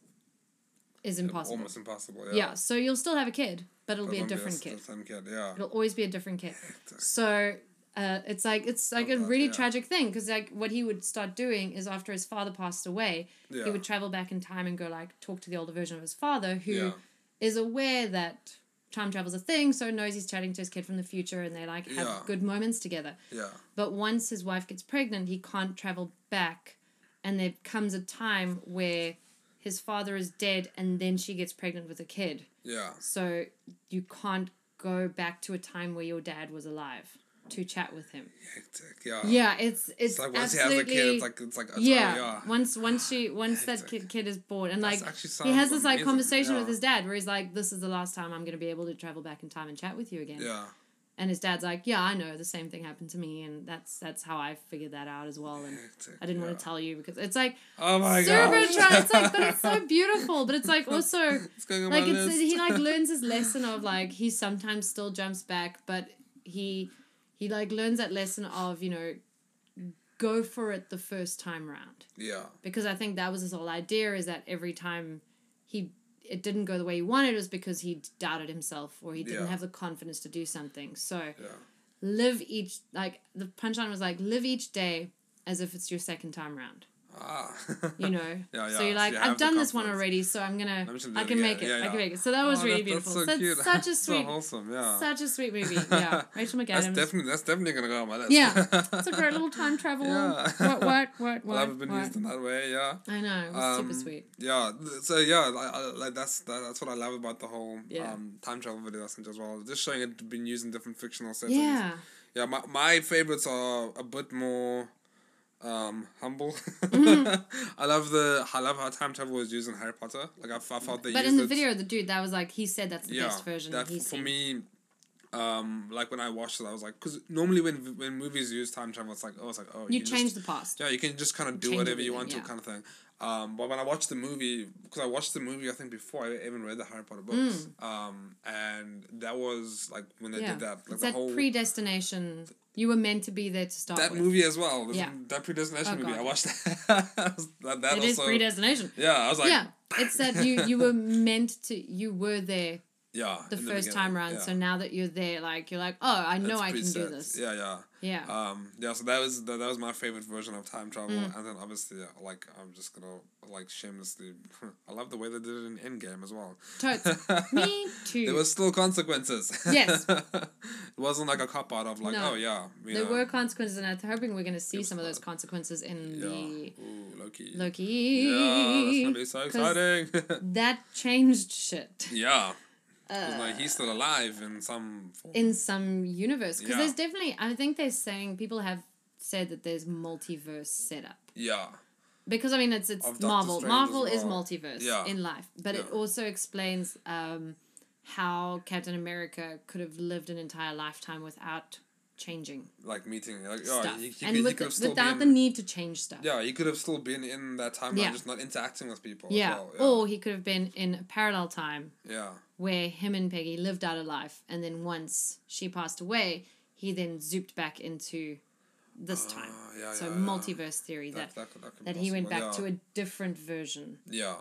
A: is impossible.
B: Almost impossible.
A: yeah. so you'll still have a kid, but it'll be a
B: Colombia
A: different
B: is
A: kid.
B: the Same kid, yeah.
A: It'll always be a different kid. So uh, it's like it's like a
B: God,
A: really
B: yeah.
A: tragic thing because like what he would start doing is after his father passed away,
B: Yeah.
A: he would travel back in time and go like talk to the older version of his father who is
B: Yeah.
A: aware that time travel's a thing, so knows he's chatting to his kid from the future and they like have
B: Yeah.
A: good moments together.
B: Yeah.
A: But once his wife gets pregnant, he can't travel back. And there comes a time where his father is dead and then she gets pregnant with a kid.
B: Yeah.
A: So you can't go back to a time where your dad was alive to chat with him.
B: Hectic. Yeah.
A: Yeah, it's
B: Oh. It's
A: it's,
B: like once
A: absolutely
B: he has a kid, it's like it's like it's
A: yeah.
B: yeah. yeah.
A: Once once
B: <sighs>
A: she once that
B: Hectic.
A: kid, kid is born and
B: That's
A: like
B: actually
A: he
B: sounds
A: has this like
B: amazing,
A: conversation with
B: yeah.
A: his dad where he's like, "This is the last time I'm going to be able to travel back in time and chat with you again."
B: Yeah.
A: And his dad's like, "Yeah, I know. The same thing happened to me, and that's that's how I figured that out as well." And
B: Hectic.
A: I didn't
B: yeah.
A: want to tell you because it's like
B: Oh my
A: super
B: god.
A: dry. It's like, but it's so beautiful. But it's like also
B: <laughs> It's going on
A: like
B: my
A: it's
B: list.
A: he like learns his lesson of like he sometimes still jumps back but he he like learns that lesson of you know go for it the first time round
B: <laughs> yeah.
A: because i think that was his whole idea is that every time he it didn't go the way he wanted it was because he doubted himself or he didn't
B: Yeah.
A: have the confidence to do something so
B: Yeah.
A: live each like the punchline was like live each day as if it's your second time round
B: Ah. <laughs>
A: you know.
B: Yeah, yeah,
A: So you're
B: so
A: like,
B: you
A: I've
B: have the
A: done this one
B: confidence.
A: already, so I'm gonna,
B: I'm just gonna do
A: I
B: it
A: can make it,
B: again. Yeah,
A: I can
B: yeah.
A: make it. So that was
B: Oh,
A: really
B: that-
A: beautiful.
B: That's so
A: That's
B: cute. <laughs>
A: such a sweet,
B: so wholesome. Yeah.
A: such a sweet
B: <laughs>
A: movie. Yeah, Rachel
B: that's
A: McAdams. <laughs>
B: definitely that's definitely gonna go on my list. <laughs>
A: Yeah. it's a great little time travel.
B: Yeah.
A: What, what, what, what?
B: Love has been
A: what.
B: used in that way. Yeah.
A: I know. It was super
B: Um,
A: sweet.
B: Yeah, th- so yeah, like, I, like that's that, that's what I love about the whole
A: Yeah.
B: um, time travel video essence as well. Just showing it been used in different fictional settings.
A: Yeah.
B: yeah. My my favorites are a bit more um, humble.
A: Mm-hmm.
B: <laughs> I love the I love how time travel was used in Harry Potter. Like I, f- I felt they
A: But
B: used
A: in the
B: it-
A: video, the dude that was like, he said that's the best version
B: that
A: that he's
B: for
A: seen.
B: me, um, like when I watched it, I was like, because normally when when movies use time travel, it's like oh, it's like oh,
A: You
B: can
A: change
B: just-
A: the past.
B: yeah, you can just kind of do
A: Change
B: whatever you want
A: everything,
B: to,
A: yeah.
B: kind of thing. Um, but when I watched the movie, because I watched the movie, I think before I even read the Harry Potter books, um, and that was like when they
A: Mm. Yeah.
B: did that, like
A: it's
B: the
A: that
B: whole
A: predestination. You were meant to be there to start
B: that
A: with.
B: movie as well. This-
A: Yeah.
B: that predestination
A: Oh,
B: movie.
A: God,
B: I
A: yeah.
B: watched <laughs> that. that, that
A: It is
B: also,
A: predestination.
B: yeah, I was like,
A: yeah. It's that you, you were meant to, you were there
B: <laughs> yeah,
A: the
B: in
A: first
B: beginning,
A: time around.
B: yeah.
A: So now that you're there, like you're like, oh, I know
B: That's
A: I can do
B: preset,
A: this. Yeah. Mm.
B: Yeah, yeah. Um, yeah, so that was that, that was my favorite version of time travel, and then obviously, yeah, like I'm just gonna like shamelessly, <laughs> I love the way they did it in Endgame as well. <laughs>
A: Totes. Me too.
B: There
A: There,
B: were still consequences.
A: Yes.
B: <laughs> it wasn't like a cop out of like,
A: No.
B: oh yeah, you know,
A: were consequences, and I'm hoping we're going to see some of those
B: fun.
A: consequences in
B: yeah,
A: the
B: Ooh, Loki.
A: Loki.
B: Yeah, that's gonna be so
A: <laughs> 'Cause
B: exciting. <laughs>
A: That changed shit
B: yeah, 'Cause,
A: uh,
B: like he's still alive in some form.
A: in some universe. Because
B: Yeah.
A: there's definitely, I think they're saying, people have said that there's multiverse setup.
B: yeah,
A: Because I mean, it's it's
B: Of Doctor
A: Marvel.
B: Strange as
A: Marvel is
B: well.
A: multiverse
B: Yeah.
A: in life, but it
B: Yeah.
A: also explains um, how Captain America could have lived an entire lifetime without changing
B: like meeting, like oh,
A: stuff,
B: he, he, could-
A: and
B: he
A: with
B: could have
A: the,
B: still
A: without
B: been.
A: the need to change stuff. Yeah.
B: yeah, he could have still been in that timeline,
A: Yeah. Oh,
B: just not interacting with people. as well,
A: Or he could have been in a parallel time
B: yeah.
A: where him and Peggy lived out a life, and then once she passed away, he then zooped back into this time.
B: Ah, yeah,
A: So
B: yeah, yeah.
A: multiverse theory that
B: that, that, could
A: that he went back
B: possibly-
A: to a different version
B: yeah.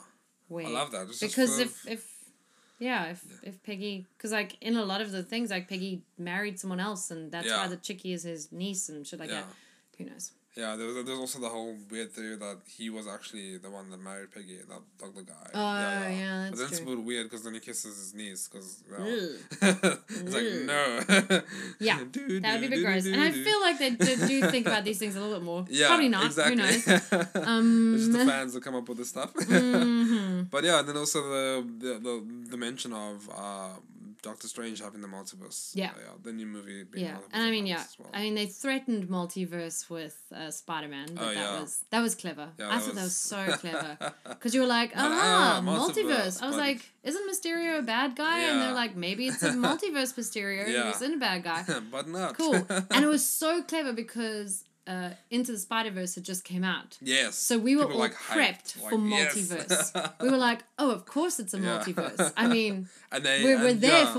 A: where
B: Yeah, I love that. It's just
A: because
B: the-
A: if if yeah if if peggy because like in a lot of the things like peggy married someone else and that's why
B: Yeah.
A: the chickie is his niece and shit like
B: yeah.
A: that who knows
B: Yeah, there was, there was also the whole weird theory that he was actually the one that married Peggy, that like the guy. Oh,
A: Ah, yeah,
B: But
A: that's
B: then it's a
A: true.
B: bit weird because then he kisses his niece because
A: Ugh.
B: <laughs> it's
A: Ugh.
B: like no.
A: Yeah,
B: <laughs> Do,
A: that would be a
B: do,
A: bit
B: do,
A: gross
B: do,
A: and i
B: do.
A: feel like they do, do think about these things a little bit more
B: <laughs> Yeah,
A: probably not who
B: <laughs>
A: knows Mm-hmm. Um, Mm.
B: it's just the fans that come up with this
A: <laughs>
B: stuff. <laughs> But yeah, and then also the the, the, the mention of uh, Doctor Strange having the multiverse.
A: Yeah.
B: yeah, the new movie. Being
A: yeah
B: multiverse
A: and i mean
B: of
A: yeah
B: madness as
A: i mean they threatened multiverse with uh, spider-man but
B: Oh,
A: that
B: yeah.
A: was that was clever
B: Yeah,
A: i
B: that
A: thought that was
B: was- <laughs>
A: so clever because you were like
B: Like,
A: ah
B: ah,
A: multiverse
B: multiverse,
A: i
B: but-
A: was like isn't mysterio a bad guy and they're
B: Yeah.
A: like maybe
B: <laughs>
A: it's a multiverse mysterio
B: Yeah.
A: he's in a
B: <laughs>
A: bad guy
B: but not
A: cool. and it was so clever because uh, Into the Spider Verse had just came out.
B: yes.
A: So we were
B: People
A: all
B: like hyped,
A: prepped
B: like,
A: for
B: yes. <laughs>
A: multiverse. we were like, oh, of course it's a
B: Yeah.
A: multiverse.
B: <laughs>
A: I mean,
B: and they
A: we were
B: and,
A: there
B: yeah,
A: for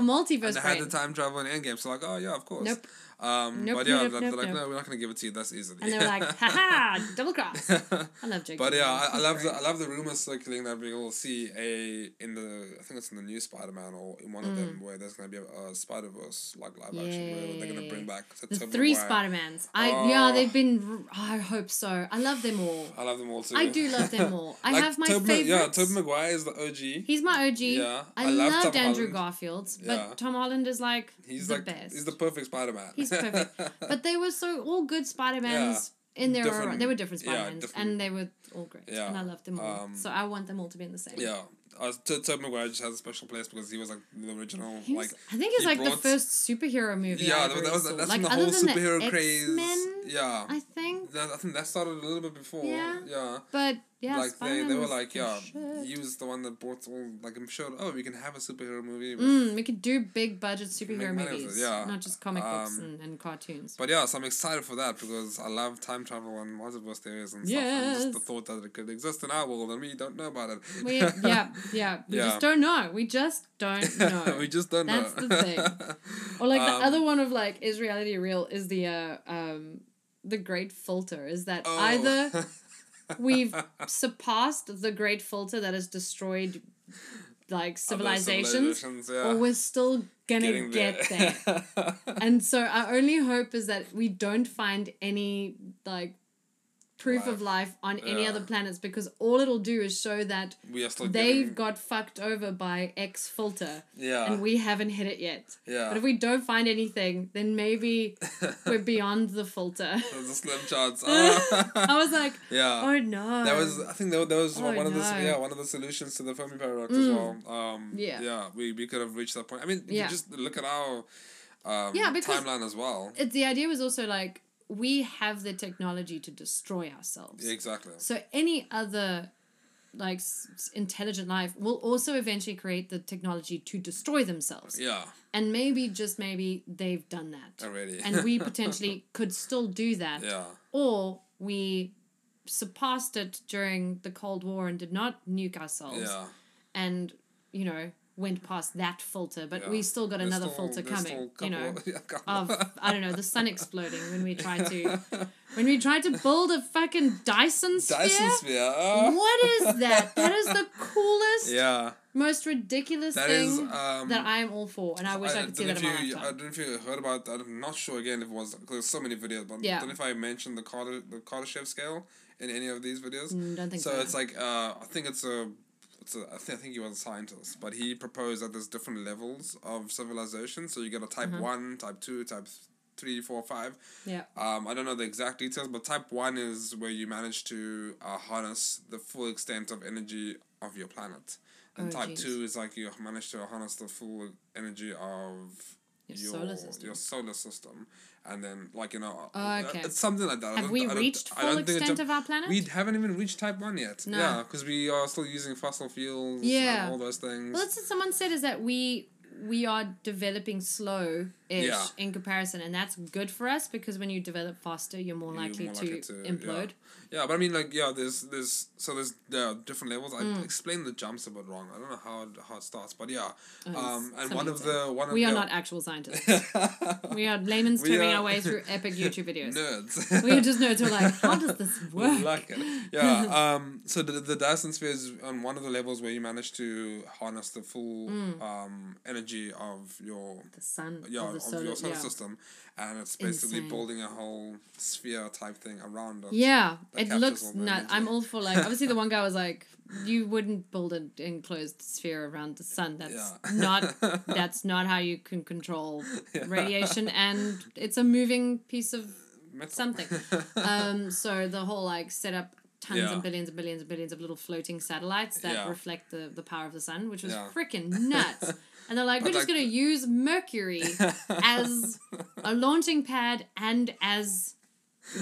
B: And
A: multiverse
B: they had the
A: brain.
B: time travel in Endgame, so like, oh yeah, of course.
A: Nope.
B: Um,
A: Nope,
B: but yeah,
A: nope,
B: they're,
A: nope,
B: they're like,
A: nope.
B: no, we're not gonna give it to you. That's easily.
A: And they were like,
B: <laughs>
A: haha, double cross. I love Jake.
B: But yeah, I, I
A: Gyllenhaal. He's
B: love the
A: great.
B: I love the rumors circulating that we will see a in the
A: Mm.
B: I think it's in the new Spider Man or in one of them where there's gonna be a, a Spider Verse like live action where they're gonna bring coming back.
A: The three Spider Mans. I oh. yeah, they've been. Oh, I hope so. I love them all.
B: I love them all too.
A: I do love them all.
B: <laughs>
A: I like have my favorite.
B: Yeah, Tobey Maguire is the OG.
A: He's my OG. Yeah, I, I loved Andrew Holland. Garfield's, but yeah. Tom Holland is like he's the like, best.
B: He's the perfect Spider Man.
A: he's
B: <laughs>
A: perfect. But they were so all good Spider Mans. Yeah in their different, own, they were different Spider-Mans, yeah, and they were all great, yeah. and I loved them all. Um, so I want them all to be in the same.
B: Yeah, uh, Tobey Maguire just has a special place because he was like the original.
A: Was,
B: like
A: I think he's he like brought... the first superhero movie.
B: Yeah, that, that was that's like, the whole superhero the craze. X-Men,
A: yeah, I think.
B: That, I think that started a little bit before.
A: Yeah,
B: yeah.
A: but yeah,
B: like Spider-Man they, they were like yeah, shit. he was the one that brought all like I'm sure oh we can have a superhero movie.
A: Mm, we could do big budget superhero movies, yeah, not just comic um, books and, and cartoons.
B: But yeah, so I'm excited for that because I love time travel and multiverse theories and yes. stuff. And just the thought that it could exist in our world and we don't know about it.
A: <laughs> We, yeah, yeah, we yeah. just don't know. We just <laughs> don't know.
B: <laughs> we just don't
A: That's
B: know. <laughs>
A: That's the thing. Or like um, the other one of like is reality real is the uh, um the great filter is that
B: <laughs>
A: oh. <laughs> either we've surpassed the great filter that has destroyed like civilizations, civilizations yeah. or we're still gonna Getting get <laughs> there, there.
B: <laughs>
A: and so our only hope is that we don't find any like proof life. of life on yeah. any other planets because all it'll do is show that
B: they've
A: getting... got fucked over by X filter.
B: Yeah.
A: And we haven't hit it yet.
B: Yeah.
A: But if we don't find anything, then maybe we're beyond the filter.
B: <laughs> There's a slim
A: <laughs>
B: chance. Oh.
A: I was like,
B: <laughs> yeah.
A: oh no.
B: uh, That was I think that, that was oh, one no. of the yeah, one of the solutions to the Fermi paradox mm. as well. Um,
A: yeah.
B: yeah, we, we could have reached that point. I mean, yeah. you just look at our um, yeah, timeline as well.
A: It, the idea was also like we have the technology to destroy ourselves.
B: Exactly.
A: So any other like s- intelligent life will also eventually create the technology to destroy themselves.
B: Yeah. Uh,
A: And maybe just maybe they've done that
B: already. <laughs>
A: and we potentially could still do that.
B: Yeah.
A: Or we surpassed it during the Cold War and did not nuke ourselves.
B: Yeah.
A: And you know, went past that filter, but yeah. we still got there's another still, filter coming.
B: <laughs>
A: You know, of, yeah, of I don't know the sun exploding when we tried to when we tried to build a fucking Dyson
B: <laughs>
A: sphere.
B: Dyson sphere. Oh.
A: What is that? That is the coolest.
B: Yeah.
A: Most ridiculous that thing is, um, that I am all for, and I wish I, I could see that
B: you, uh,
A: in my lifetime. I
B: don't know if you heard about. that. I'm not sure again if it was there's so many videos, but yeah. I don't know if I mentioned the Carter the Kardashev scale in any of these videos.
A: Mm, don't think so.
B: So it's like uh, I think it's a so I, th- I, think he was a scientist, but he proposed that there's different levels of civilization. So you get a type uh-huh. one, type two, type three, four, five.
A: Yeah.
B: Um, I don't know the exact details, but type one is where you manage to uh, harness the full extent of energy of your planet, and oh, type geez. two is like you manage to harness the full energy of your, your solar system. Your solar system and then like you know uh,
A: oh, okay.
B: it's something like that
A: have we reached full extent of our planet
B: we haven't even reached type 1 yet no. yeah because we are still using fossil fuels yeah all those things
A: well that's what someone said is that we we are developing slow ish yeah. in comparison and that's good for us because when you develop faster you're more, you're likely, more likely, to, to implode Oh,
B: yeah. yeah. but i mean like yeah there's there's so there's there are different levels i mm. explained the jumps a bit wrong i don't know how how it starts but yeah oh, um and one of the one of
A: we
B: the, <laughs>
A: are not actual scientists we are layman's we are... our way through epic youtube videos
B: nerds
A: we are just nerds who are like
B: <laughs>
A: how does this work we
B: like it yeah um so the, the dyson sphere is on one of the levels where you manage to harness the full mm. um energy of your
A: the sun
B: yeah,
A: of, solar,
B: of your solar
A: yeah.
B: system, and it's basically Insane. building a whole sphere type thing around <laughs> it.
A: Yeah, it looks nuts. I'm all
B: <laughs>
A: for like obviously the one guy was like, you wouldn't build an enclosed sphere around the sun. That's
B: <laughs>
A: yeah. not that's not how you can control <laughs> yeah. radiation, and it's a moving piece of
B: <laughs>
A: Metal. something. um, so the whole like setup tons yeah. and billions and billions and billions of little floating satellites that yeah. reflect the, the power of the sun, which was yeah.
B: <laughs>
A: freaking <laughs> nuts. And they're like, but we're like, just going to use Mercury as uh, a launching pad and as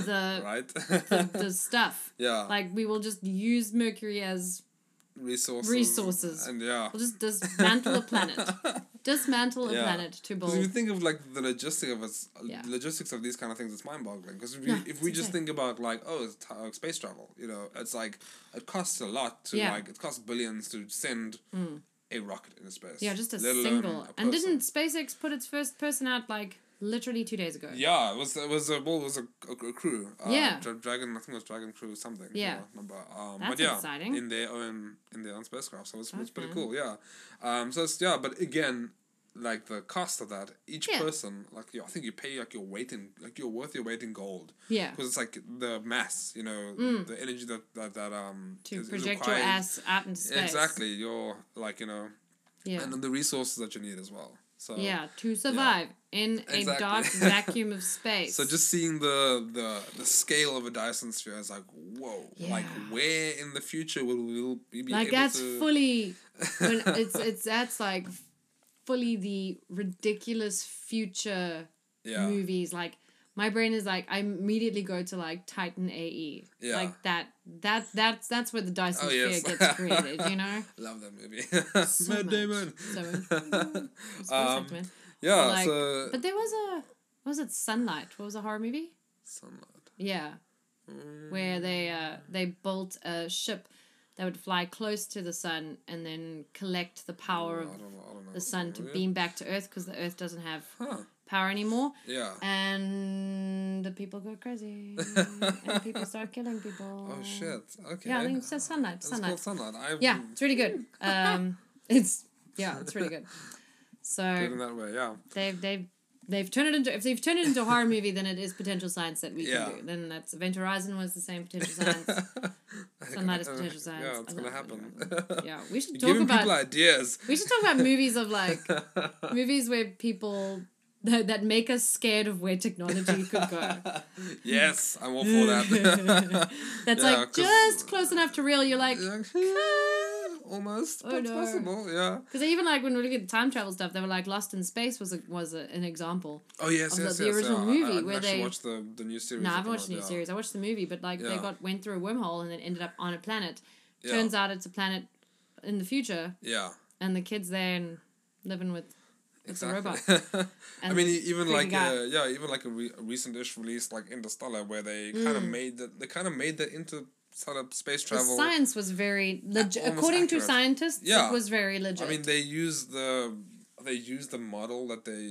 A: the,
B: right?
A: the, <laughs> the stuff.
B: <laughs> Yeah.
A: Like, we will just use Mercury as
B: resources.
A: Resources.
B: And yeah.
A: We'll just dismantle a planet.
B: <laughs>
A: <laughs> dismantle yeah. a planet to build.
B: Because if you think of like the logistics of us, yeah. logistics of these kind of things, it's mind boggling. Because if, we, no, if we just okay. think about like oh, it's t- like space travel, you know, it's like it costs a lot to yeah. like it costs billions to send. Mm. A rocket into space.
A: Yeah, just a single. A and didn't SpaceX put its first person out like literally two days ago.
B: Yeah, it was it was a well, it was a, a, a crew. Uh,
A: yeah,
B: Dra- Dragon, I think it was Dragon Crew or something.
A: Yeah,
B: remember. Um,
A: That's
B: but yeah,
A: exciting.
B: In their own in their own spacecraft, so it's, okay. it's pretty cool. Yeah, um, so it's, yeah, but again, like the cost of that each
A: Yeah.
B: person like you, i think you pay like your weight in like you're worth your weight in gold
A: Yeah. Mm.
B: because it's like the mass you know the energy that that, that um
A: To
B: is- is
A: project your
B: required.
A: ass out into space.
B: exactly you're like you know
A: Yeah.
B: and uh, then the resources that you need as well so
A: yeah. To survive in a
B: <laughs>
A: dark
B: Exactly.
A: vacuum of space.
B: so just seeing the, the the scale of a Dyson sphere is like whoa like
A: Yeah.
B: where in the future will we be
A: like
B: able
A: that's
B: to <laughs>
A: fully when it's it's that's like fully the ridiculous future
B: yeah
A: movies like my brain is like I immediately go to like Titan AE.
B: Yeah.
A: Like that that that's that's where the Dyson
B: Oh,
A: sphere
B: yes. <laughs>
A: gets created, you know?
B: love that movie <laughs>
A: So
B: Matt
A: much.
B: Damon <laughs>
A: So much. It's
B: Um,
A: perfect, man.
B: yeah
A: Like,
B: so
A: But there was a what was it Sunlight? What was a horror movie?
B: sunlight
A: Yeah.
B: Mm,
A: Where they uh they built a ship that would fly close to the sun and then collect the power
B: I
A: of
B: don't know, I don't know.
A: the sun to
B: Really?
A: beam back to Earth because the Earth doesn't have
B: huh
A: power anymore.
B: yeah <laughs>
A: And the people go crazy. and people start killing people.
B: <laughs> oh shit okay
A: Yeah, I think it says sunlight.
B: It's called
A: Sunlight.
B: sunlight I've
A: Yeah, it's really
B: <laughs>
A: good. Um, it's yeah, it's really good.
B: been in
A: So
B: that way yeah
A: they've they've they've turned it into if they've turned it into a
B: <laughs>
A: horror movie, then it is potential science that we
B: Yeah.
A: can do. Then that's Event Horizon was the same potential
B: <laughs>
A: science. Sunlight is potential science.
B: yeah it's
A: I
B: gonna <laughs>
A: love
B: happen
A: Event Horizon. Yeah,
B: <laughs>
A: we should
B: You're
A: talk
B: giving
A: about
B: people ideas
A: we should talk about movies of
B: <laughs>
A: like <laughs> movies where people that, that make us scared of where technology could go.
B: <laughs> yes, I'm all for that.
A: <laughs> That's
B: Yeah,
A: like
B: 'cause-
A: just close enough to real. You're like,
B: <laughs> Almost,
A: <laughs> Oh,
B: but
A: no.
B: possible, yeah.
A: because even like when we look at time travel stuff, they were like Lost in Space was a, was a, an example.
B: Oh yes,
A: Of the-
B: yes,
A: the
B: yes.
A: original
B: yeah.
A: movie
B: I, I didn't
A: where
B: actually
A: they-
B: watched the the new series.
A: No, I
B: that
A: haven't
B: came
A: watched the
B: out,
A: new
B: yeah.
A: series. I watched the movie, but like they
B: Yeah.
A: got went through a wormhole and then ended up on a planet.
B: Yeah.
A: Turns out it's a planet in the future,
B: Yeah,
A: and the kids there and living with It's a
B: exactly. <laughs> I
A: and
B: mean, e- even
A: freaking
B: like
A: guy.
B: uh, yeah, even like a, re- a recent-ish release like Interstellar, where they kind of made that they kind of made the interstellar space
A: Mm. the
B: travel.
A: science was very legit.
B: almost
A: According to
B: accurate.
A: scientists,
B: Yeah.
A: it was very legit.
B: I mean, they use the they use the model that they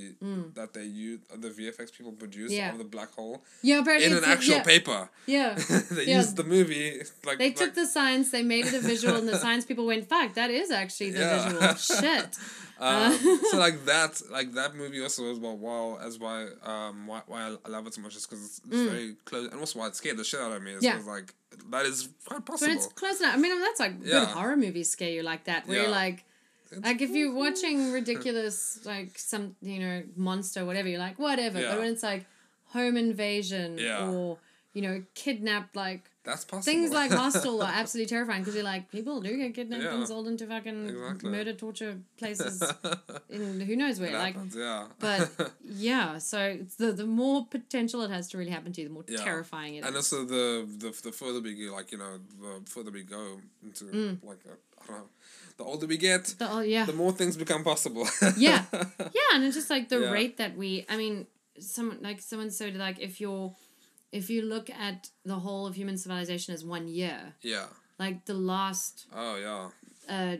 B: that they use the VFX people produce
A: Mm. Yeah.
B: of the black hole
A: yeah, apparently
B: in an
A: it's
B: actual
A: yeah,
B: paper. <laughs>
A: yeah.
B: they
A: Yeah.
B: used the movie like
A: They
B: like,
A: took the science, they made it a visual,
B: <laughs>
A: and the science people went, "Fuck, that is actually the
B: Yeah.
A: visual."
B: <laughs>
A: Shit.
B: Um,
A: Uh.
B: so like that, like that movie also was well, wow, as why um why, why I love it so much is because it's, it's very close, and also why it scared the shit out of me is
A: Mm. Yeah.
B: 'cause, like that is quite
A: So
B: possible.
A: when it's close enough. I mean, that's like
B: Yeah.
A: good horror movies scare you like that, where
B: Yeah.
A: you're like,
B: It's
A: like if you're
B: <laughs>
A: watching ridiculous, like some you know monster, whatever, you're like whatever.
B: Yeah.
A: But when it's like home invasion
B: Yeah.
A: or you know kidnapped, like
B: That's possible.
A: things
B: <laughs>
A: like Hostel are absolutely terrifying because you're like people do get kidnapped
B: Yeah.
A: and sold into fucking
B: Exactly.
A: murder torture places
B: <laughs> It
A: in who knows where, like.
B: happens, yeah. <laughs>
A: but yeah, so it's the the more potential it has to really happen to you, the more
B: Yeah.
A: terrifying it is.
B: and also the the the further we go, like you know, the further we go into like uh, I don't know, the older we get,
A: The- oh Mm. yeah,
B: the more things become possible. <laughs>
A: Yeah. yeah, and it's just like the
B: Yeah.
A: rate that we. I mean, someone like someone said like if you're, if you look at the whole of human civilization as one year,
B: yeah.
A: like the last
B: Oh yeah.
A: uh,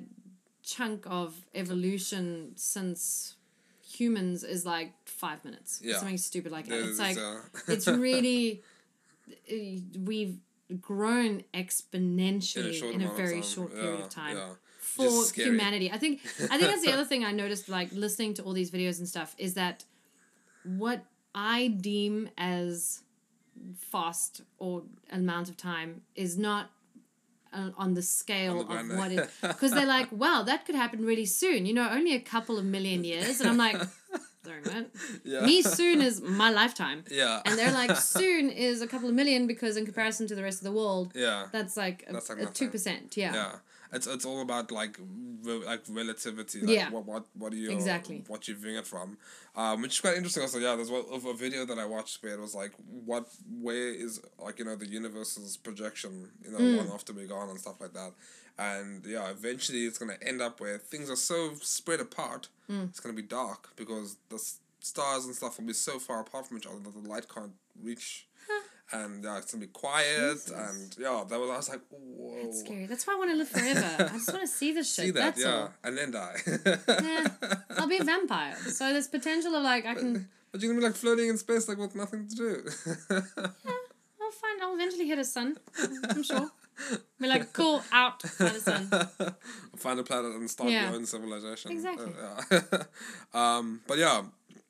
A: chunk of evolution since humans is like five minutes.
B: Yeah.
A: something stupid like that.
B: There's,
A: It's like
B: uh, <laughs>
A: it's really uh, we've grown exponentially in a,
B: short amount of
A: very
B: time,
A: short period
B: yeah,
A: of time
B: yeah.
A: for
B: Just scary.
A: humanity. I think I think that's the
B: <laughs>
A: other thing I noticed like listening to all these videos and stuff is that what I deem as fast or amount of time is not on on the scale
B: On the
A: of
B: grand-
A: what it
B: <laughs>
A: because they're like wow that could happen really soon you know only a couple of million years and
B: <laughs>
A: i'm like sorry man
B: Yeah.
A: me soon is my lifetime
B: <laughs> Yeah.
A: and they're
B: <laughs>
A: like soon is a couple of million because in comparison to the rest of the world
B: yeah.
A: that's like a-
B: That's like
A: a
B: nothing.
A: two percent yeah.
B: yeah it's it's all about like re- like relativity like
A: Yeah.
B: what what what are you
A: Exactly.
B: what you're viewing it from um which is quite interesting also yeah there's one of a video that i watched where it was like what where is like you know the universe's projection you know
A: Mm.
B: one after we're gone and stuff like that and yeah eventually it's going to end up where things are so spread apart
A: Mm.
B: it's going to be dark because the s- stars and stuff will be so far apart from each other that the light can't reach and yeah, it's gonna be quiet, and yeah, that was I was like, whoa,
A: That's scary. That's why I want to live forever. I just want to see this shit.
B: see that,
A: That's
B: yeah,
A: all.
B: and then die.
A: Nah, I'll be a vampire. So there's potential of like I can.
B: <laughs> but you're gonna be like floating in space, like with nothing to do. <laughs>
A: I'll find. I'll eventually hit a sun. I'm sure. We're like, cool, out, find a sun.
B: find a planet and start
A: Yeah.
B: your own civilization.
A: Exactly.
B: Uh, yeah. <laughs> um, but yeah,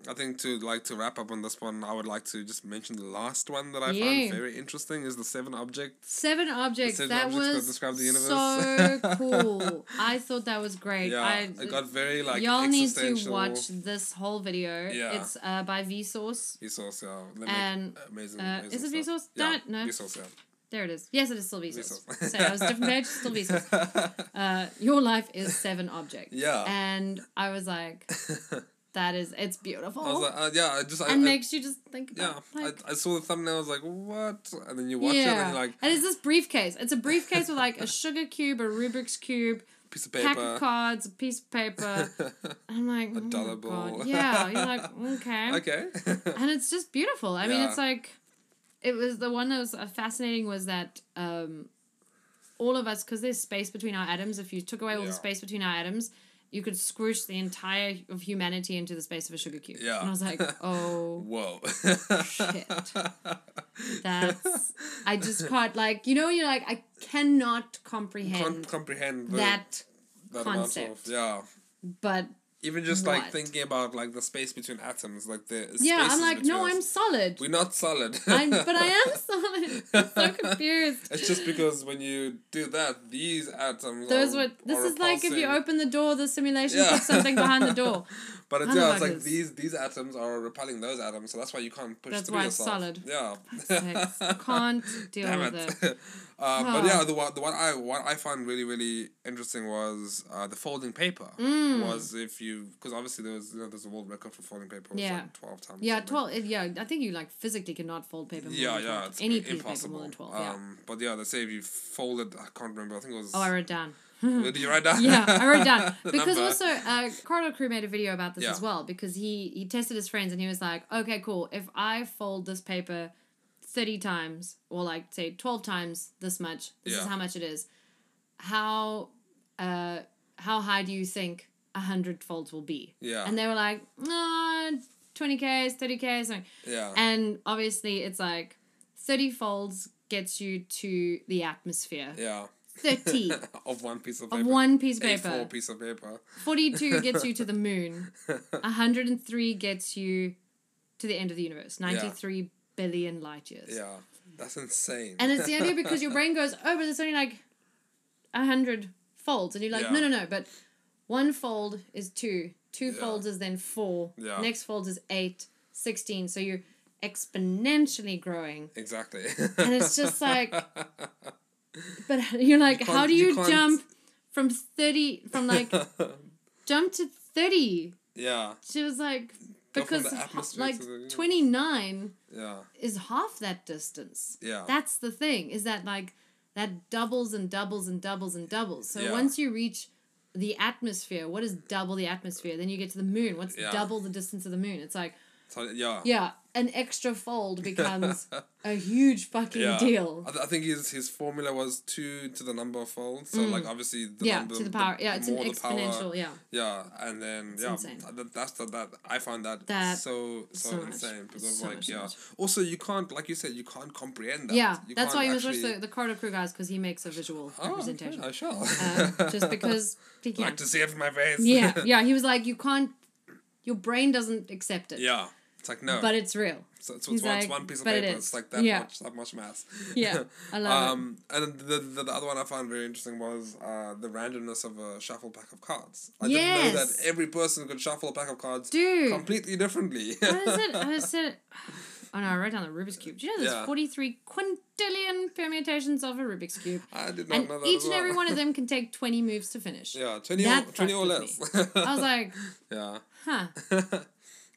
B: I think to like to wrap up on this one, I would like to just mention the last one that I
A: Yeah.
B: found very interesting is the seven objects.
A: Seven objects.
B: Seven
A: that
B: objects that
A: was
B: describe the universe.
A: so
B: <laughs>
A: cool. I thought that was great.
B: Yeah,
A: I,
B: it got very like
A: y'all need
B: existential.
A: to watch this whole video.
B: Yeah.
A: It's uh, by Vsauce.
B: Vsauce, yeah. They make
A: And,
B: amazing,
A: uh,
B: amazing
A: is it
B: stuff.
A: Vsauce? Don't know.
B: Vsauce, yeah.
A: There it is. Yes, it is still Vsauce.
B: Vsauce.
A: so I was different page,
B: <laughs>
A: still Vsauce. Uh, your life is seven objects.
B: Yeah.
A: And I was like, that is, it's beautiful.
B: I was like, uh, yeah, I just, I,
A: and
B: I-
A: makes you just think
B: yeah,
A: about like,
B: I, I saw the thumbnail, I was like, what? And then you watch it, and you're like,
A: And it's this briefcase. It's a briefcase with like a sugar cube, a Rubik's cube,
B: piece of
A: pack
B: <laughs>
A: of
B: paper.
A: cards, a piece of
B: <laughs>
A: paper. I'm like, oh my
B: dollar
A: God.
B: bill. <laughs>
A: Yeah. You're like, okay. <laughs>
B: okay.
A: And it's just beautiful. I mean,
B: Yeah.
A: it's like, it was the one that was uh, fascinating was that um, all of us, because there's space between our atoms, if you took away all
B: Yeah.
A: the space between our atoms, you could squish the entire of humanity into the space of a sugar cube.
B: Yeah.
A: And I was like,
B: <laughs>
A: oh.
B: Whoa. <laughs>
A: That's I just can't like you know you're like I cannot
B: Can't
A: comprehend
B: comprehend the,
A: that,
B: that amount
A: concept.
B: Of, yeah.
A: but
B: Even just like
A: What?
B: thinking about like the space between atoms, like the
A: yeah,
B: spaces
A: I'm like no,
B: between
A: I'm
B: us.
A: solid.
B: We're not solid. <laughs>
A: <laughs> I'm, but I am solid. I'm so confused.
B: It's just because when you do that, these atoms.
A: Those
B: are,
A: were. This
B: are
A: is like if you
B: repulsing.
A: open the door, the simulation
B: Yeah.
A: puts something behind
B: <laughs>
A: the door.
B: But it's,
A: I don't
B: yeah,
A: like
B: it's like
A: this.
B: these these atoms are repelling those atoms, so that's why you can't push
A: That's
B: through
A: why it's
B: yourself.
A: solid.
B: Yeah.
A: Sex.
B: <laughs>
A: Can't deal
B: Damn
A: with
B: it.
A: it.
B: <laughs> uh, But
A: Ah.
B: yeah, the one the one I what I found really really interesting was uh, the folding paper.
A: Mm.
B: Was if you because obviously there was you know there's a world record for folding paper. It was
A: Yeah.
B: Like Twelve times.
A: Yeah,
B: something.
A: twelve. it- Yeah, I think you like physically cannot fold paper. More
B: Yeah,
A: than
B: yeah,
A: 12.
B: it's
A: any
B: i-
A: piece of paper more than twelve. yeah.
B: Um, but yeah, they say if you folded, I can't remember. I think it was.
A: Oh, I wrote down.
B: Did you write down?
A: yeah, I wrote down
B: <laughs> the
A: because
B: number?
A: also uh, Corridor Crew made a video about this
B: Yeah.
A: as well because he he tested his friends and he was like, okay, cool. If I fold this paper thirty times or like say twelve times this much, this is
B: Yeah.
A: how much it is. How uh how high do you think a hundred folds will be?
B: Yeah.
A: And they were like, no, twenty k's, thirty k's, something.
B: yeah.
A: and obviously it's like thirty folds gets you to the atmosphere.
B: yeah. <laughs>
A: Thirty
B: of one piece of paper.
A: of one piece of paper.
B: A4 piece of paper. <laughs>
A: 42 gets you to the moon. 103 gets you to the end of the universe. ninety-three billion light years.
B: Yeah. That's insane.
A: And it's the idea because your brain goes, oh, but it's only like 100 folds. And you're like,
B: Yeah.
A: no, no, no. But one fold is two. Two
B: Yeah.
A: folds is then four.
B: Yeah.
A: Next fold is eight, 16. So you're exponentially growing.
B: <laughs> Exactly.
A: And it's
B: <laughs>
A: just like, but you're like, how
B: can't-
A: do
B: you
A: you
B: can't-
A: jump from 30, from like, jump to 30?
B: <laughs> yeah.
A: She was like,
B: Go from
A: because
B: the
A: h-
B: atmosphere
A: like
B: to the-
A: 29
B: Yeah.
A: is half that distance.
B: Yeah.
A: That's the thing, is that like that doubles and doubles and doubles and doubles. So
B: Yeah.
A: once you reach the atmosphere, what is double the atmosphere? Then you get to the moon. What's
B: Yeah.
A: double the distance of the moon? It's like,
B: So, yeah.
A: yeah, an extra
B: <laughs>
A: fold becomes a huge fucking deal.
B: I, th- I think his his formula was two to the number of folds. So like obviously the
A: Mm. yeah,
B: number
A: to the power. Yeah, it's an
B: more the power-
A: exponential. Yeah.
B: Yeah, and then yeah,
A: insane.
B: th- th- that's the, that I found that,
A: That-
B: so so,
A: so much.
B: insane
A: It's
B: because
A: so
B: like
A: much, so
B: yeah.
A: much.
B: Also, you can't like you said you can't comprehend that.
A: Yeah,
B: You
A: that's
B: can't
A: why you must watch
B: actually-
A: the, the Corridor Crew guys because he makes a visual
B: Oh, okay, <laughs>
A: representation.
B: I shall.
A: Um,
B: <laughs>
A: just because he can.
B: like to see it in my face. <laughs>
A: Yeah, yeah. He was like, you can't. Your brain doesn't accept it.
B: yeah. It's like no.
A: But it's real.
B: So it's,
A: He's
B: it's, one, it's
A: like,
B: one piece of
A: "But it
B: paper.
A: is."
B: it's like that
A: Yeah.
B: much, that much mass. <laughs>
A: Yeah, I love
B: um, and the, the the other one I found very interesting was uh, the randomness of a shuffle pack of cards. I didn't know
A: Yes.
B: that every person could shuffle a pack of cards
A: Dude.
B: completely differently.
A: it.
B: <laughs>
A: What is it? <sighs> I said. Oh no! I wrote down the Rubik's cube. Do you know there's
B: Yeah.
A: 43 quintillion permutations of a Rubik's cube,
B: I did not
A: and
B: know that.
A: each
B: as
A: and every
B: well. <laughs>
A: one of them can take 20 moves to finish.
B: yeah, twenty or,
A: That
B: twenty or
A: fucked
B: less.
A: with I was like,
B: <laughs> yeah. <laughs>
A: huh?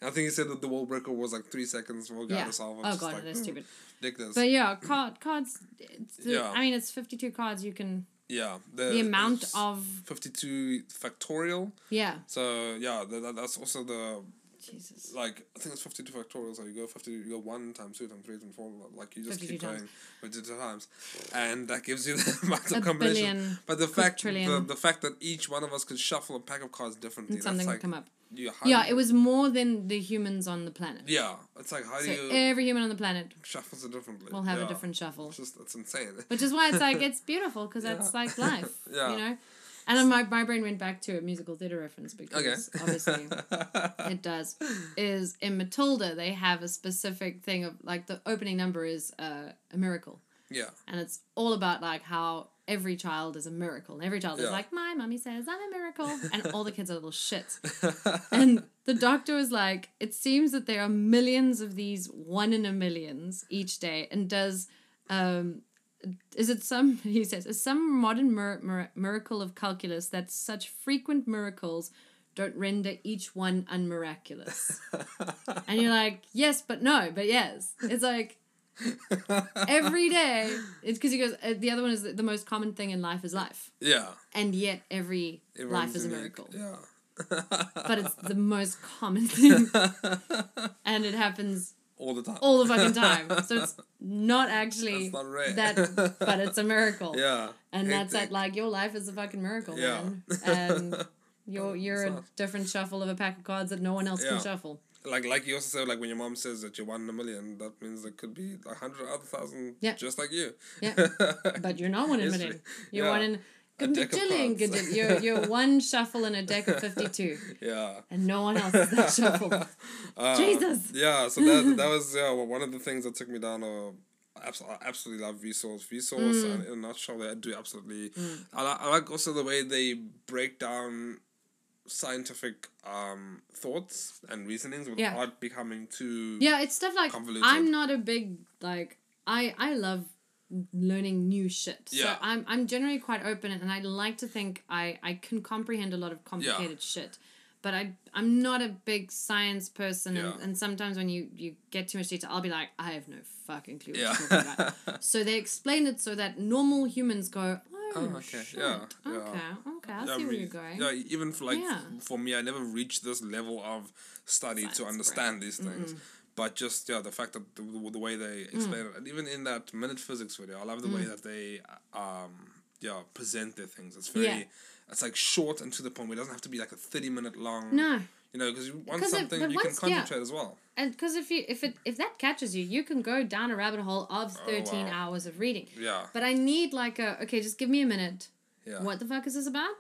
B: I think he said that the world record was like three seconds for
A: Yeah.
B: Gandhi Salva.
A: Oh
B: just
A: god,
B: like,
A: that's
B: mm,
A: stupid.
B: Ridiculous.
A: But yeah, card cards. It's the,
B: Yeah.
A: I mean, it's 52 cards. You can
B: yeah.
A: the amount
B: it's
A: of
B: 52 factorial.
A: yeah.
B: So, yeah, th- th- that's also the
A: Jesus.
B: like I think it's fifty two factorial. So you go fifty, you go one times two times three times four. Like you just keep
A: 52 times.
B: going fifty two times, and that gives you <laughs> the amount of
A: A
B: combination.
A: billion
B: But the fact, the,
A: quadrillion.
B: the fact that each one of us could shuffle a pack of cards differently,
A: And something
B: that's
A: will
B: like
A: come up.
B: you how
A: Yeah,
B: do
A: it
B: you-
A: was more than the humans on the planet.
B: yeah. It's like how
A: so
B: do you
A: every human on the planet
B: shuffles it differently?
A: will have
B: yeah.
A: a different shuffle,
B: It's just it's insane.
A: <laughs> which is why it's
B: <laughs>
A: like it's beautiful because that's
B: Yeah.
A: like life,
B: <laughs> Yeah.
A: you know. And then my my brain went back to a musical theater reference
B: okay.
A: because
B: <laughs>
A: obviously it does. Is in Matilda they have a specific thing of like the opening number is uh, a miracle.
B: yeah.
A: and it's all about like how every child is a miracle. And every child
B: Yeah.
A: is like, my mummy says I'm a miracle, and all the kids are little shits. And the doctor was like, it seems that there are millions of these one in a millions each day, and does. Um, is it some <laughs> he says is some modern mir- mir- miracle of calculus that such frequent miracles don't render each one unmiraculous <laughs> and you're like yes but no but yes it's like every day it's because he goes uh, the other one is the, the most common thing in life is life
B: <laughs> yeah.
A: and yet every
B: Everyone's
A: life is a
B: unique.
A: miracle
B: Yeah.
A: but it's the most common thing <laughs> and it happens
B: <laughs> all the time.
A: all the fucking time
B: <laughs>
A: so it's not actually
B: That's not rare.
A: that but it's a miracle
B: <laughs> yeah.
A: and that's
B: hectic.
A: it like your life is a fucking miracle
B: Yeah. <laughs>
A: man and you're you're
B: It's
A: a
B: not.
A: different shuffle of a pack of cards that no one else
B: Yeah.
A: can shuffle
B: Like like you also said, like when your mom says that you're one in a million, that means there could be a hundred other thousand
A: Yeah.
B: just like you. <laughs>
A: Yeah. but you're not one in a
B: History.
A: million you're
B: Yeah.
A: one in could be
B: deck of
A: chilling,
B: cards.
A: could- you're,
B: <laughs>
A: you're one shuffle in a deck of 52
B: yeah.
A: and no one else is that
B: <laughs>
A: shuffle
B: Uh,
A: Jesus.
B: Yeah, so
A: <laughs>
B: that that was yeah, well, one of the things that took me down a abs- I absolutely love Vsauce. Vsauce,
A: Mm.
B: and in a nutshell, they do absolutely. I, li- I like also the way they break down scientific um, thoughts and reasonings without becoming too.
A: Yeah, it's stuff like
B: convoluted.
A: I'm not a big like I I love learning new shit. So
B: Yeah.
A: I'm I'm generally quite open and I like to think I I can comprehend a lot of complicated shit. But I I'm not a big science person and,
B: Yeah.
A: and sometimes when you you get too much detail I'll be like I have no fucking clue what
B: Yeah.
A: you're talking
B: <laughs>
A: about. so they explain it so that normal humans go, "Oh,
B: Oh,
A: okay.
B: okay.
A: Shit.
B: Yeah, yeah.
A: Okay. Okay. I see
B: Yeah, I
A: where
B: mean,
A: you're going."
B: Yeah, even for like
A: Yeah.
B: f- for me, I never reached this level of study
A: Science,
B: to
A: right.
B: understand these things. But just yeah, the fact that the, the way they
A: Mm.
B: explain it, and even in that minute physics video, I love the way that they um yeah present their things. It's very,
A: Yeah.
B: it's like short and to the point. It doesn't have to be like a thirty minute long.
A: No.
B: You know, because you want
A: 'Cause it-
B: something
A: but
B: you
A: once-
B: can
A: yeah.
B: concentrate as well.
A: and because if you if it if that catches you you can go down a rabbit hole of 13
B: Oh, wow.
A: hours of reading
B: Yeah.
A: but i need like a okay just give me a minute
B: Yeah. <laughs>
A: what the fuck is this about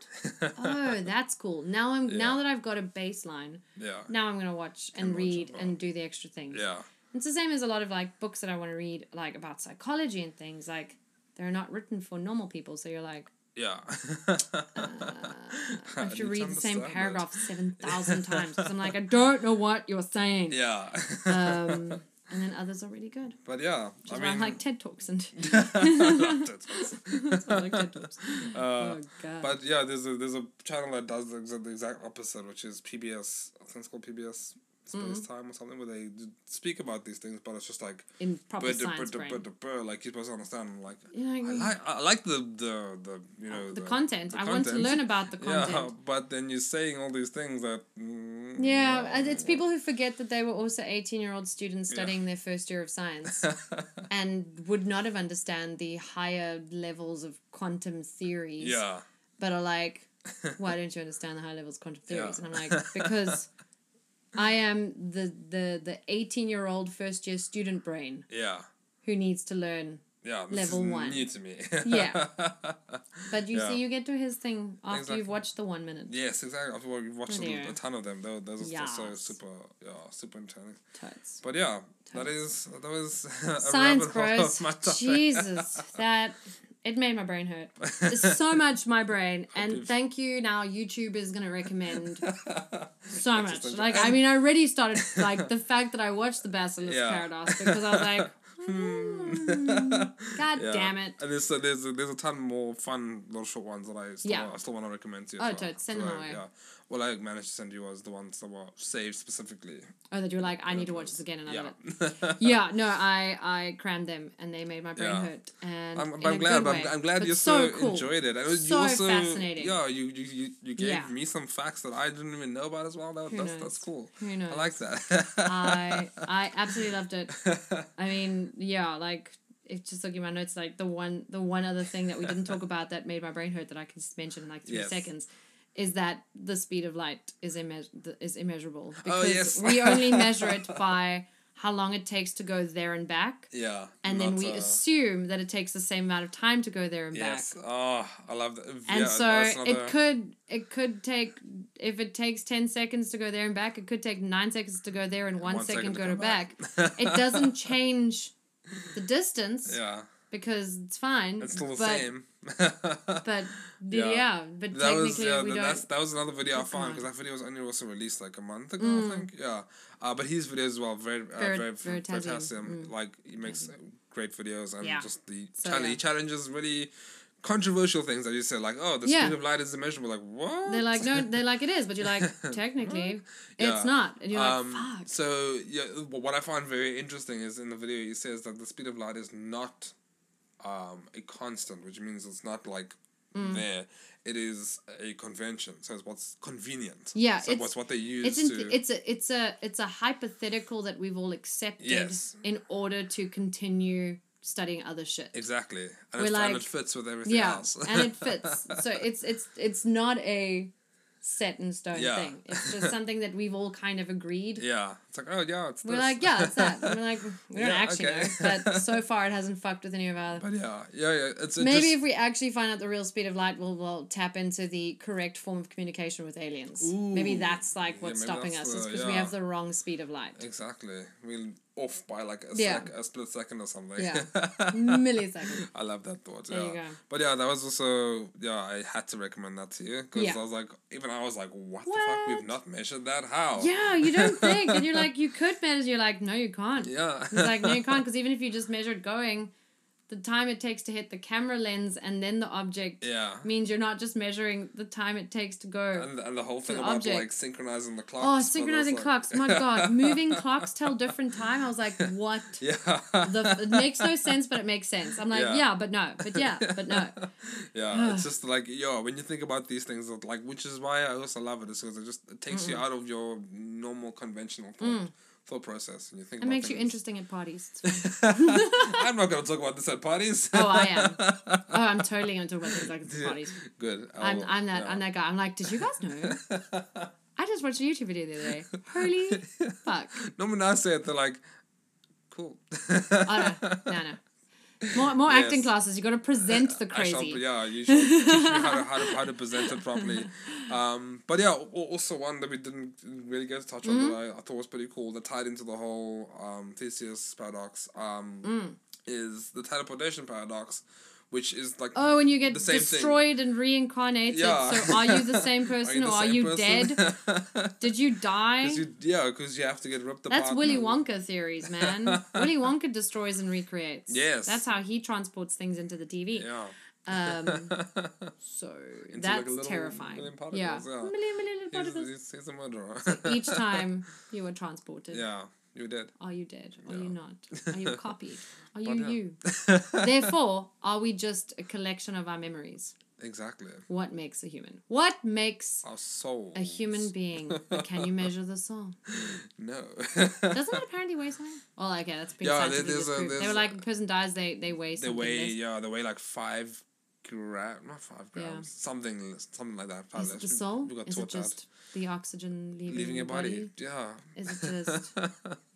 A: oh that's cool now i'm now
B: Yeah.
A: that i've got a baseline
B: Yeah.
A: now i'm gonna watch and
B: watch it,
A: read
B: wow.
A: and do the extra things
B: Yeah.
A: it's the same as a lot of like books that i want to read like about psychology and things like they're not written for normal people so you're like
B: Yeah.
A: Uh, i
B: <laughs>
A: have to
B: need
A: read the same
B: understand that. <laughs>
A: paragraph 7000 times because i'm like i don't know what you're saying
B: Yeah.
A: um,
B: <laughs>
A: and then others are really good
B: but yeah,
A: Which
B: I
A: is
B: mean,
A: why I
B: <laughs>
A: like TED Talks and <laughs>
B: That's
A: That's why I
B: awesome.
A: like TED Talks.
B: <laughs> Uh,
A: oh god.
B: But yeah, there's a there's a channel that does the exact, the exact opposite, which is PBS. I think it's called PBS
A: Mm-hmm.
B: Space Time or something, where they d- speak about these things, but it's just like
A: in proper
B: but
A: science brain.
B: like you're supposed to understand. Like
A: You know,
B: I like I like the the the you know
A: the, content.
B: the
A: I want to
B: content.
A: learn about the
B: <laughs> Yeah,
A: content.
B: but then you're saying all these things that. Mm,
A: Yeah. and it's people who forget that they were also 18 year old students studying their first year of science and would not have understand the higher levels of quantum
B: <laughs>
A: theories,
B: yeah.
A: but are
B: <laughs>
A: like, why don't you understand the high levels of quantum theories?
B: Yeah.
A: And I'm like,
B: <laughs>
A: because I am the the the 18 year old first year student brain
B: Yeah.
A: who needs to learn
B: Yeah. This
A: Level
B: is
A: one.
B: New to me.
A: Yeah. But you
B: Yeah.
A: see, you get to his thing after you've
B: Exactly.
A: watched the one minute.
B: <laughs> Yes, exactly. I've wa- watched
A: Yeah.
B: a, a ton of them. Those, those are so
A: Yes.
B: super, yeah, super intense.
A: Totes.
B: But yeah, that is that was <laughs> a
A: Science
B: rabbit hole
A: bros.
B: of <laughs> my topic.
A: Jesus, that it made my brain hurt. There's
B: <laughs>
A: so much my brain, and
B: you've-
A: thank you. Now YouTube is gonna
B: <laughs>
A: recommend so much.
B: Interesting.
A: Like I mean, I already started like
B: <laughs>
A: the fact that I watched the Basilisk
B: Yeah. <laughs>
A: Paradox because I was like, "Hmm, God
B: Yeah.
A: damn it.
B: And there's a, there's a, there's a ton more fun little short ones that I still
A: Yeah.
B: I still want to recommend to you.
A: Oh,
B: as well.
A: totes, send
B: So
A: them
B: I-
A: away.
B: Yeah. Well, I managed to send you was the ones that were saved specifically.
A: Oh, that you're like, I need to watch this again, and I
B: Yeah.
A: love it.
B: <laughs>
A: Yeah, no, I I crammed them, and they made my brain
B: Yeah.
A: hurt. And
B: I'm,
A: in
B: but
A: a
B: I'm glad.
A: good
B: But
A: way.
B: I'm, I'm glad
A: But
B: you
A: so
B: so
A: cool.
B: enjoyed it. And it-
A: So
B: you also,
A: fascinating.
B: Yeah, you you, you, you gave
A: Yeah.
B: me some facts that I didn't even know about as well. That,
A: Who
B: that's
A: knows?
B: that's cool.
A: Who knows?
B: I like that. <laughs>
A: I I absolutely loved it. I mean, yeah, like it's just looking at my notes, <laughs> like the one the one other thing that we didn't talk about that made my brain hurt that I can just mention in like three
B: Yes.
A: seconds is that the speed of light is imme- is immeasurable because oh, yes. <laughs> we only measure it by how long it takes to go there and back.
B: Yeah.
A: And then we uh... assume that it takes the same amount of time to go there and yes.
B: back. Oh, I love that.
A: And yeah, so another... it could it could take if it takes ten seconds to go there and back, it could take nine seconds to go there and one, one second, second to go to back. back. it doesn't change the
B: <laughs>
A: distance.
B: Yeah.
A: Because it's fine.
B: It's still the but, same. <laughs>
A: but yeah. yeah, but that
B: was, yeah, we that, that was another video I found because that video was only also released like a month ago, mm. I think. Yeah, uh, but his videos as well very uh, very, very, very fantastic. Like he makes mm. great videos and yeah. just the so, challenge, yeah. he challenges really controversial things that you said like oh the yeah. speed of light is immeasurable like what
A: they're like
B: <laughs>
A: no they're like it is but you're like technically it's not and you're um, like fuck
B: so yeah uh, what I find very interesting is in the video he says that the speed of light is not um, a constant, which means it's not like mm. there. It is a convention. So it's what's convenient.
A: Yeah,
B: so it's what's what they use.
A: It's, th- it's a it's a it's a hypothetical that we've all accepted
B: yes.
A: in order to continue studying other shit.
B: Exactly, and, We're like, and it fits with everything yeah, else.
A: and it fits. So it's it's it's not a set in stone yeah. thing. It's just something that we've all kind of agreed.
B: <laughs> Yeah. It's like, oh yeah, it's
A: We're this. like, yeah, it's that. And we're <laughs> like, we don't yeah, actually okay. know. But <laughs> so far it hasn't fucked with any of our
B: <laughs> But yeah, yeah, yeah. It's
A: maybe just... if we actually find out the real speed of light we'll, we'll tap into the correct form of communication with aliens. Ooh. Maybe that's like what's yeah, stopping us, the, is because we have the wrong speed of <laughs> light.
B: Exactly. We'll off by like a, yeah. sec- a split second or something.
A: Yeah,
B: <laughs>
A: millisecond.
B: I love that thought. There yeah, but yeah, that was also yeah. I had to recommend that to you because yeah. I was like, even I was like, what, what, the fuck? We've not measured that. How?
A: Yeah,
B: <laughs>
A: you <laughs> don't think, and you're like, you could measure. You're like, no, you can't.
B: Yeah,
A: it's like <laughs> no, you can't because even if you just measured going. The time it takes to hit the camera lens and then the object
B: <laughs> yeah.
A: means you're not just measuring the time it takes to go.
B: And, and the whole thing about object. like synchronizing the clocks.
A: Oh, synchronizing like... clocks! My <laughs> God, moving clocks tell different time. I was like, <laughs> what?
B: <laughs> Yeah.
A: The, it makes no sense, but it makes sense. I'm like, yeah, yeah but no, but yeah, but <laughs> no.
B: <laughs> yeah,
A: <sighs>
B: it's just like yo, when you think about these things, like which is why I also love it, is because it just it takes Mm-mm. you out of your normal conventional thought. Mm thought process and you think
A: it makes things. you interesting at parties <laughs>
B: <laughs> i'm not going to talk about this at parties
A: oh i am
B: <laughs>
A: oh i'm totally going to talk about things like this at parties
B: good
A: I'll, I'm, I'm that
B: <laughs>
A: no. i'm that guy i'm like did you guys <laughs> know i just watched a youtube video the other day holy <laughs> fuck
B: no one else said they're like cool
A: oh no
B: <laughs>
A: no no more, more yes. acting classes. You got to present <laughs> the crazy. Shall,
B: yeah, you should teach me how to, how to, how to present it
A: <laughs>
B: properly. Um, but yeah, also one that we didn't really get to touch mm-hmm. on that I, I, thought was pretty cool that tied into the whole um, Theseus paradox um,
A: mm.
B: is the teleportation paradox. Which is like
A: oh, and you get destroyed thing. and reincarnated. Yeah. So <laughs> are you
B: <laughs>
A: the same person, are the or same are you <laughs> person? dead? Did you die?
B: Cause you, yeah, because you have to get ripped
A: apart. That's Willy
B: and...
A: Wonka theories, man. <laughs> Willy Wonka destroys and recreates.
B: Yes,
A: that's how he transports things into the TV.
B: Yeah. <laughs>
A: <laughs> Um, so Into that's like terrifying.
B: Million
A: yeah. yeah. Million, million particles. <laughs>
B: He's, he's, he's a murderer.
A: so
B: <laughs>
A: each time you were transported.
B: Yeah. You did.
A: Are you dead? Are yeah. you not? Are <laughs> you copied? Are you yeah. <laughs> you?
B: <laughs>
A: Therefore, are we just a collection of our memories?
B: Exactly.
A: What makes a human? What makes
B: our soul
A: a human being? but can you measure the soul? <laughs>
B: No. <laughs>
A: Doesn't it apparently weigh something? Oh, well, okay, that's pretty yeah, there, there's a, there's They were like, a person dies, they they weigh
B: They weigh, less. yeah, they weigh like five gram, not five grams, yeah. something, something like that.
A: Is it the soul? We, we Is it just out. the oxygen leaving,
B: leaving your body?
A: body?
B: Yeah.
A: Is
B: <laughs>
A: it just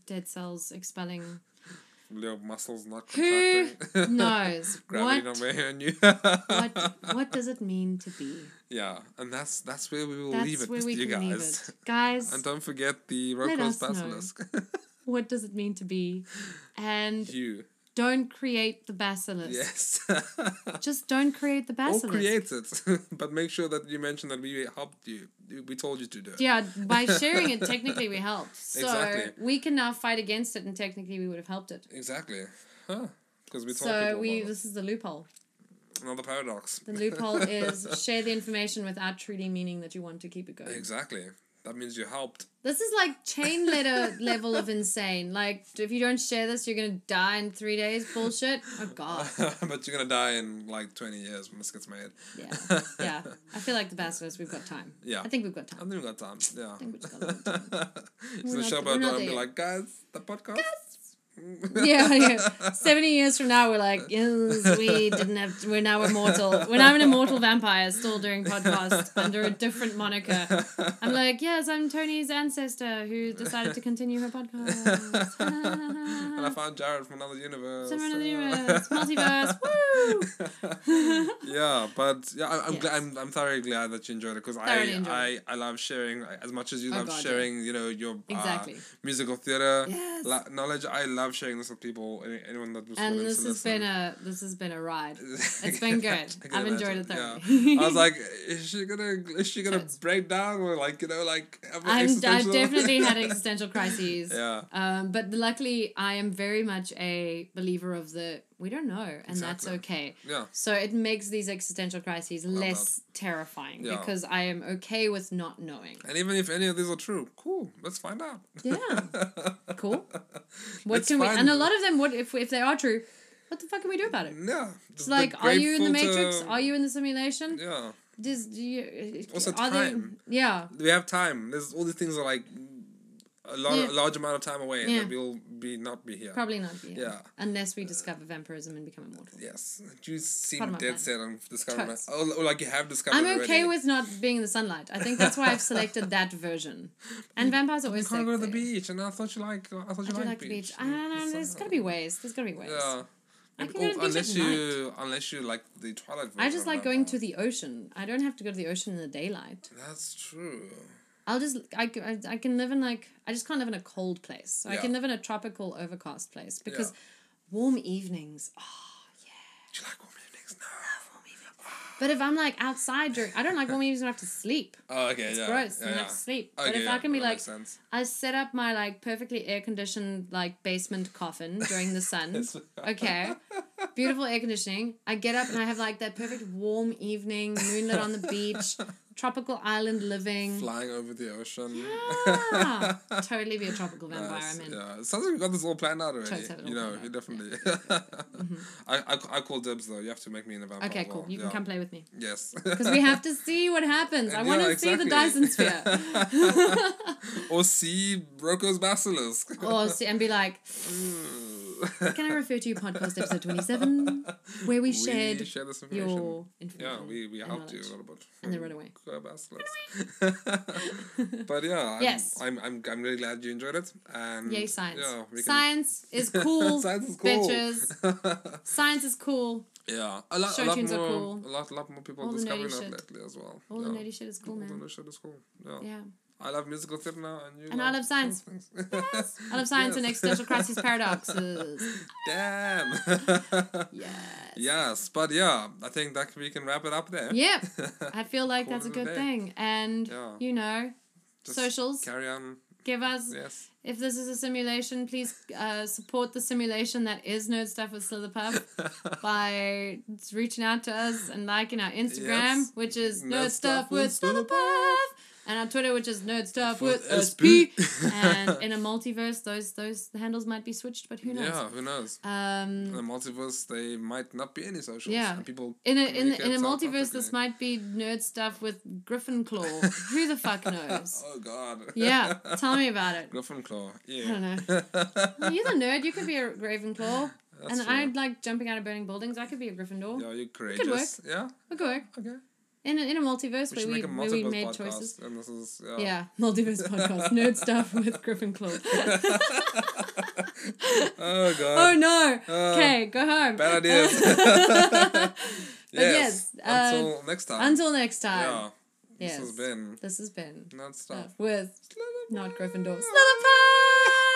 A: dead cells expelling?
B: Little muscles not
A: Who
B: <laughs>
A: knows?
B: Gravity what, not you.
A: <laughs>
B: <laughs>
A: what, what does it mean to be?
B: Yeah, and that's that's where we will that's leave it with you guys.
A: Guys.
B: And don't forget the Rocco's Basilisk.
A: what does it mean to be? And
B: <laughs> you
A: don't create the basilisk. <laughs>
B: Yes.
A: Just don't create the basilisk.
B: Or create it, <laughs> but make sure that you mention that we helped you. We told you to do it.
A: Yeah,
B: <laughs>
A: by sharing it, technically we helped. So exactly. we can now fight against it, and technically we would have helped it.
B: Exactly, huh? Because we told
A: so we. This is the loophole.
B: Another paradox.
A: The loophole is share the information without truly meaning that you want to keep it going.
B: Exactly that means you helped. <laughs>
A: This is like chain letter level of insane. Like if you don't share this, you're gonna die in three days. Bullshit. Oh god.
B: but you're gonna die in like twenty years when this gets made. <laughs>
A: Yeah, yeah. I feel like the bastards. We've got time.
B: Yeah.
A: I think
B: <laughs>
A: we've got time. I
B: think we've got time. Yeah. I <laughs>
A: think we've got time.
B: so the show about be like, guys, the podcast.
A: Guys yeah, yeah. Seventy years from now, we're like, yes, we didn't have. We're now immortal. We're now an immortal vampire, still doing podcast under a different moniker.
B: <laughs>
A: I'm like, yes, I'm Tony's ancestor who decided to continue
B: <laughs>
A: her podcast. <laughs>
B: and I found Jared from another universe.
A: From another universe,
B: <laughs>
A: multiverse. Woo!
B: yeah, but yeah, I, I'm
A: Yes.
B: glad, I'm I'm thoroughly glad that you enjoyed it because I
A: Thoroughly enjoyed
B: I, I love sharing like, as much as you
A: Oh,
B: love
A: God, yeah.
B: sharing. You know your
A: Exactly.
B: uh, musical theater
A: Yes.
B: la- knowledge. I love sharing this with people. Any, anyone that was
A: and
B: willing
A: this
B: to
A: has
B: <laughs>
A: been
B: listen.
A: a this has been a ride.
B: <laughs> I
A: It's
B: can-
A: been good.
B: I can
A: I've enjoyed
B: imagine,
A: it thoroughly.
B: I was like, is she gonna is she gonna
A: Totes.
B: break down or like you know like have an
A: <laughs> I'm, I've
B: existential-
A: definitely
B: <laughs>
A: had existential crises.
B: yeah
A: Um, but luckily, I am very much a believer of the we don't know, and that's
B: Exactly.
A: okay.
B: yeah
A: So it makes these existential crises less terrifying
B: Yeah.
A: because I am okay with not
B: <laughs>
A: knowing.
B: and even if any of these are true cool let's find out <laughs>
A: Yeah, cool. What
B: Let's
A: can we?
B: find-
A: And a lot of them, what if if they are true? What the fuck can we do about it?
B: yeah
A: It's like, are you in the matrix? Are you in the simulation?
B: yeah
A: Does do you? uh,
B: Also
A: are they-
B: time.
A: yeah.
B: we have time there's all these things are like a lot
A: Yeah.
B: a large amount of time away
A: Yeah.
B: that we'll be not be here
A: Probably not. Yeah.
B: Yeah.
A: Unless we discover vampirism and become immortal.
B: yes you seem
A: Part of my
B: dead
A: plan.
B: set on discovering
A: Totes.
B: or, or oh, like you have discovered
A: I'm okay
B: already.
A: with not being in the sunlight. I think that's why I've
B: <laughs>
A: selected that version. And vampires are
B: you
A: always
B: can't go to the
A: sexy.
B: beach and I thought you like I thought
A: I
B: you
A: do
B: liked
A: like the beach. I don't know.
B: It's
A: There's
B: like-
A: gotta be ways. There's gotta be ways.
B: yeah
A: I
B: Maybe-
A: can go
B: oh,
A: to the beach
B: unless
A: at night.
B: you unless you like the Twilight.
A: I
B: version
A: just
B: of
A: like
B: that
A: going
B: one.
A: to the ocean. I don't have to go to the ocean in the daylight.
B: That's true.
A: I'll just I, c- I, I can live in like I just can't live in a cold place. So I
B: Yeah.
A: can live in a tropical overcast place because warm evenings. Oh,
B: Do you like warm evenings? No.
A: but if I'm like outside during, I don't like warm evenings when I have to sleep.
B: Oh, okay, yeah.
A: Gross.
B: Yeah,
A: I
B: yeah.
A: like to sleep.
B: Okay,
A: but if
B: yeah,
A: I can be
B: that
A: like
B: makes
A: <laughs>
B: sense.
A: I set up my like perfectly air conditioned like basement coffin during
B: <laughs>
A: the sun.
B: Yes.
A: okay. Beautiful air conditioning. I get up and I have like that perfect warm evening, moonlit on the beach,
B: <laughs>
A: tropical island living.
B: flying over the ocean. <laughs>
A: Ah, totally be a tropical vampire.
B: Nice,
A: I mean,
B: yeah. It sounds like we got this all planned out already.
A: have it all
B: You know,
A: planned
B: you
A: out, Mm-hmm.
B: definitely. <laughs> I, I I call dibs though. You have to make me an vampire.
A: okay,
B: as
A: cool.
B: well.
A: You
B: yeah.
A: can come play with me <laughs>
B: Yes.
A: because
B: <laughs>
A: we have to see what happens. I
B: Yeah,
A: want to see the
B: exactly.
A: Dyson
B: <laughs>
A: sphere. <laughs>
B: or see Rocco's basilisk. <laughs> Mm.
A: or see, and be like, can I refer to your podcast episode twenty
B: <laughs>
A: seven, where we
B: We
A: shared
B: share this information.
A: your information?
B: Yeah, we, we
A: and
B: helped you a
A: knowledge."
B: little bit.
A: And they
B: from
A: run away.
B: Clara <laughs> Basilisk. but yeah, I'm,
A: Yes.
B: I'm, I'm, I'm really glad you enjoyed it. And
A: <laughs> Yay, science.
B: Mm, Yeah, we can-
A: Science
B: <laughs>
A: is cool.
B: Science is cool.
A: Bitches. Science is cool.
B: <laughs> yeah, a lot, a
A: Show
B: lot
A: tunes
B: more,
A: are cool.
B: a lot, lot more people
A: All the
B: discovering
A: nerdy
B: that
A: shit.
B: lately as well.
A: All
B: yeah.
A: the nerdy shit is cool,
B: All the
A: man.
B: nerdy shit is cool. Yeah.
A: Yeah.
B: I love musical theater now, and you
A: And I
B: <laughs>
A: love science.
B: things.
A: I
B: <laughs>
A: love science and
B: Yes.
A: existential crisis
B: <laughs>
A: paradoxes. <laughs>
B: Damn.
A: Yes.
B: <laughs> yes, but yeah, I think that we can wrap it up there.
A: Yep. I feel like
B: Call
A: that's a
B: it a
A: good
B: day.
A: thing. And,
B: Yeah.
A: you know,
B: <laughs> Just
A: socials,
B: Carry on.
A: give us,
B: Yes.
A: if this is a simulation, please uh, support the simulation that is Nerd Stuff with Slitherpuff by reaching out to us and liking our Instagram,
B: Yes.
A: which is
B: Nerd
A: Nerd,
B: Stuff
A: Stuff
B: with
A: with Slitherpuff, and our Twitter, which is Nerd
B: <laughs>
A: Stuff
B: With
A: with
B: SP.
A: SP.
B: <laughs>
A: and in a multiverse, those those handles might be switched, but who knows?
B: Yeah, who knows? In the
A: Um,
B: multiverse, they might not be any socials.
A: Yeah.
B: And people
A: in a in, in a
B: communicate
A: multiverse, this
B: telepathically.
A: might be Nerd Stuff with Gryffindor. Oh,
B: <laughs>
A: who the fuck knows?
B: Oh God.
A: Yeah,
B: <laughs>
A: tell me about it.
B: Gryffindor. Yeah.
A: I don't
B: <laughs>
A: Well, You're the nerd. You could be a Ravenclaw. and I like jumping out of burning buildings. I could be a Gryffindor.
B: Yeah, you're courageous. Yeah.
A: It could work.
B: Okay.
A: In a, in a multiverse
B: We
A: where,
B: should
A: we,
B: make a
A: where we
B: multiverse
A: made
B: podcast,
A: choices.
B: and this is yeah.
A: Yeah, multiverse podcast. Nerd stuff with Gryffindor.
B: <laughs> Uh, Oh
A: <laughs> oh
B: God.
A: no.
B: Uh,
A: Okay, go home. <laughs>
B: Bad ideas. <laughs>
A: but
B: yes.
A: yes, uh,
B: until next time.
A: Until next
B: yeah.
A: time.
B: This
A: yes.
B: has been
A: This has been
B: not stuff. <laughs>
A: stuff with not Gryffindor. Slitherpuff! <laughs>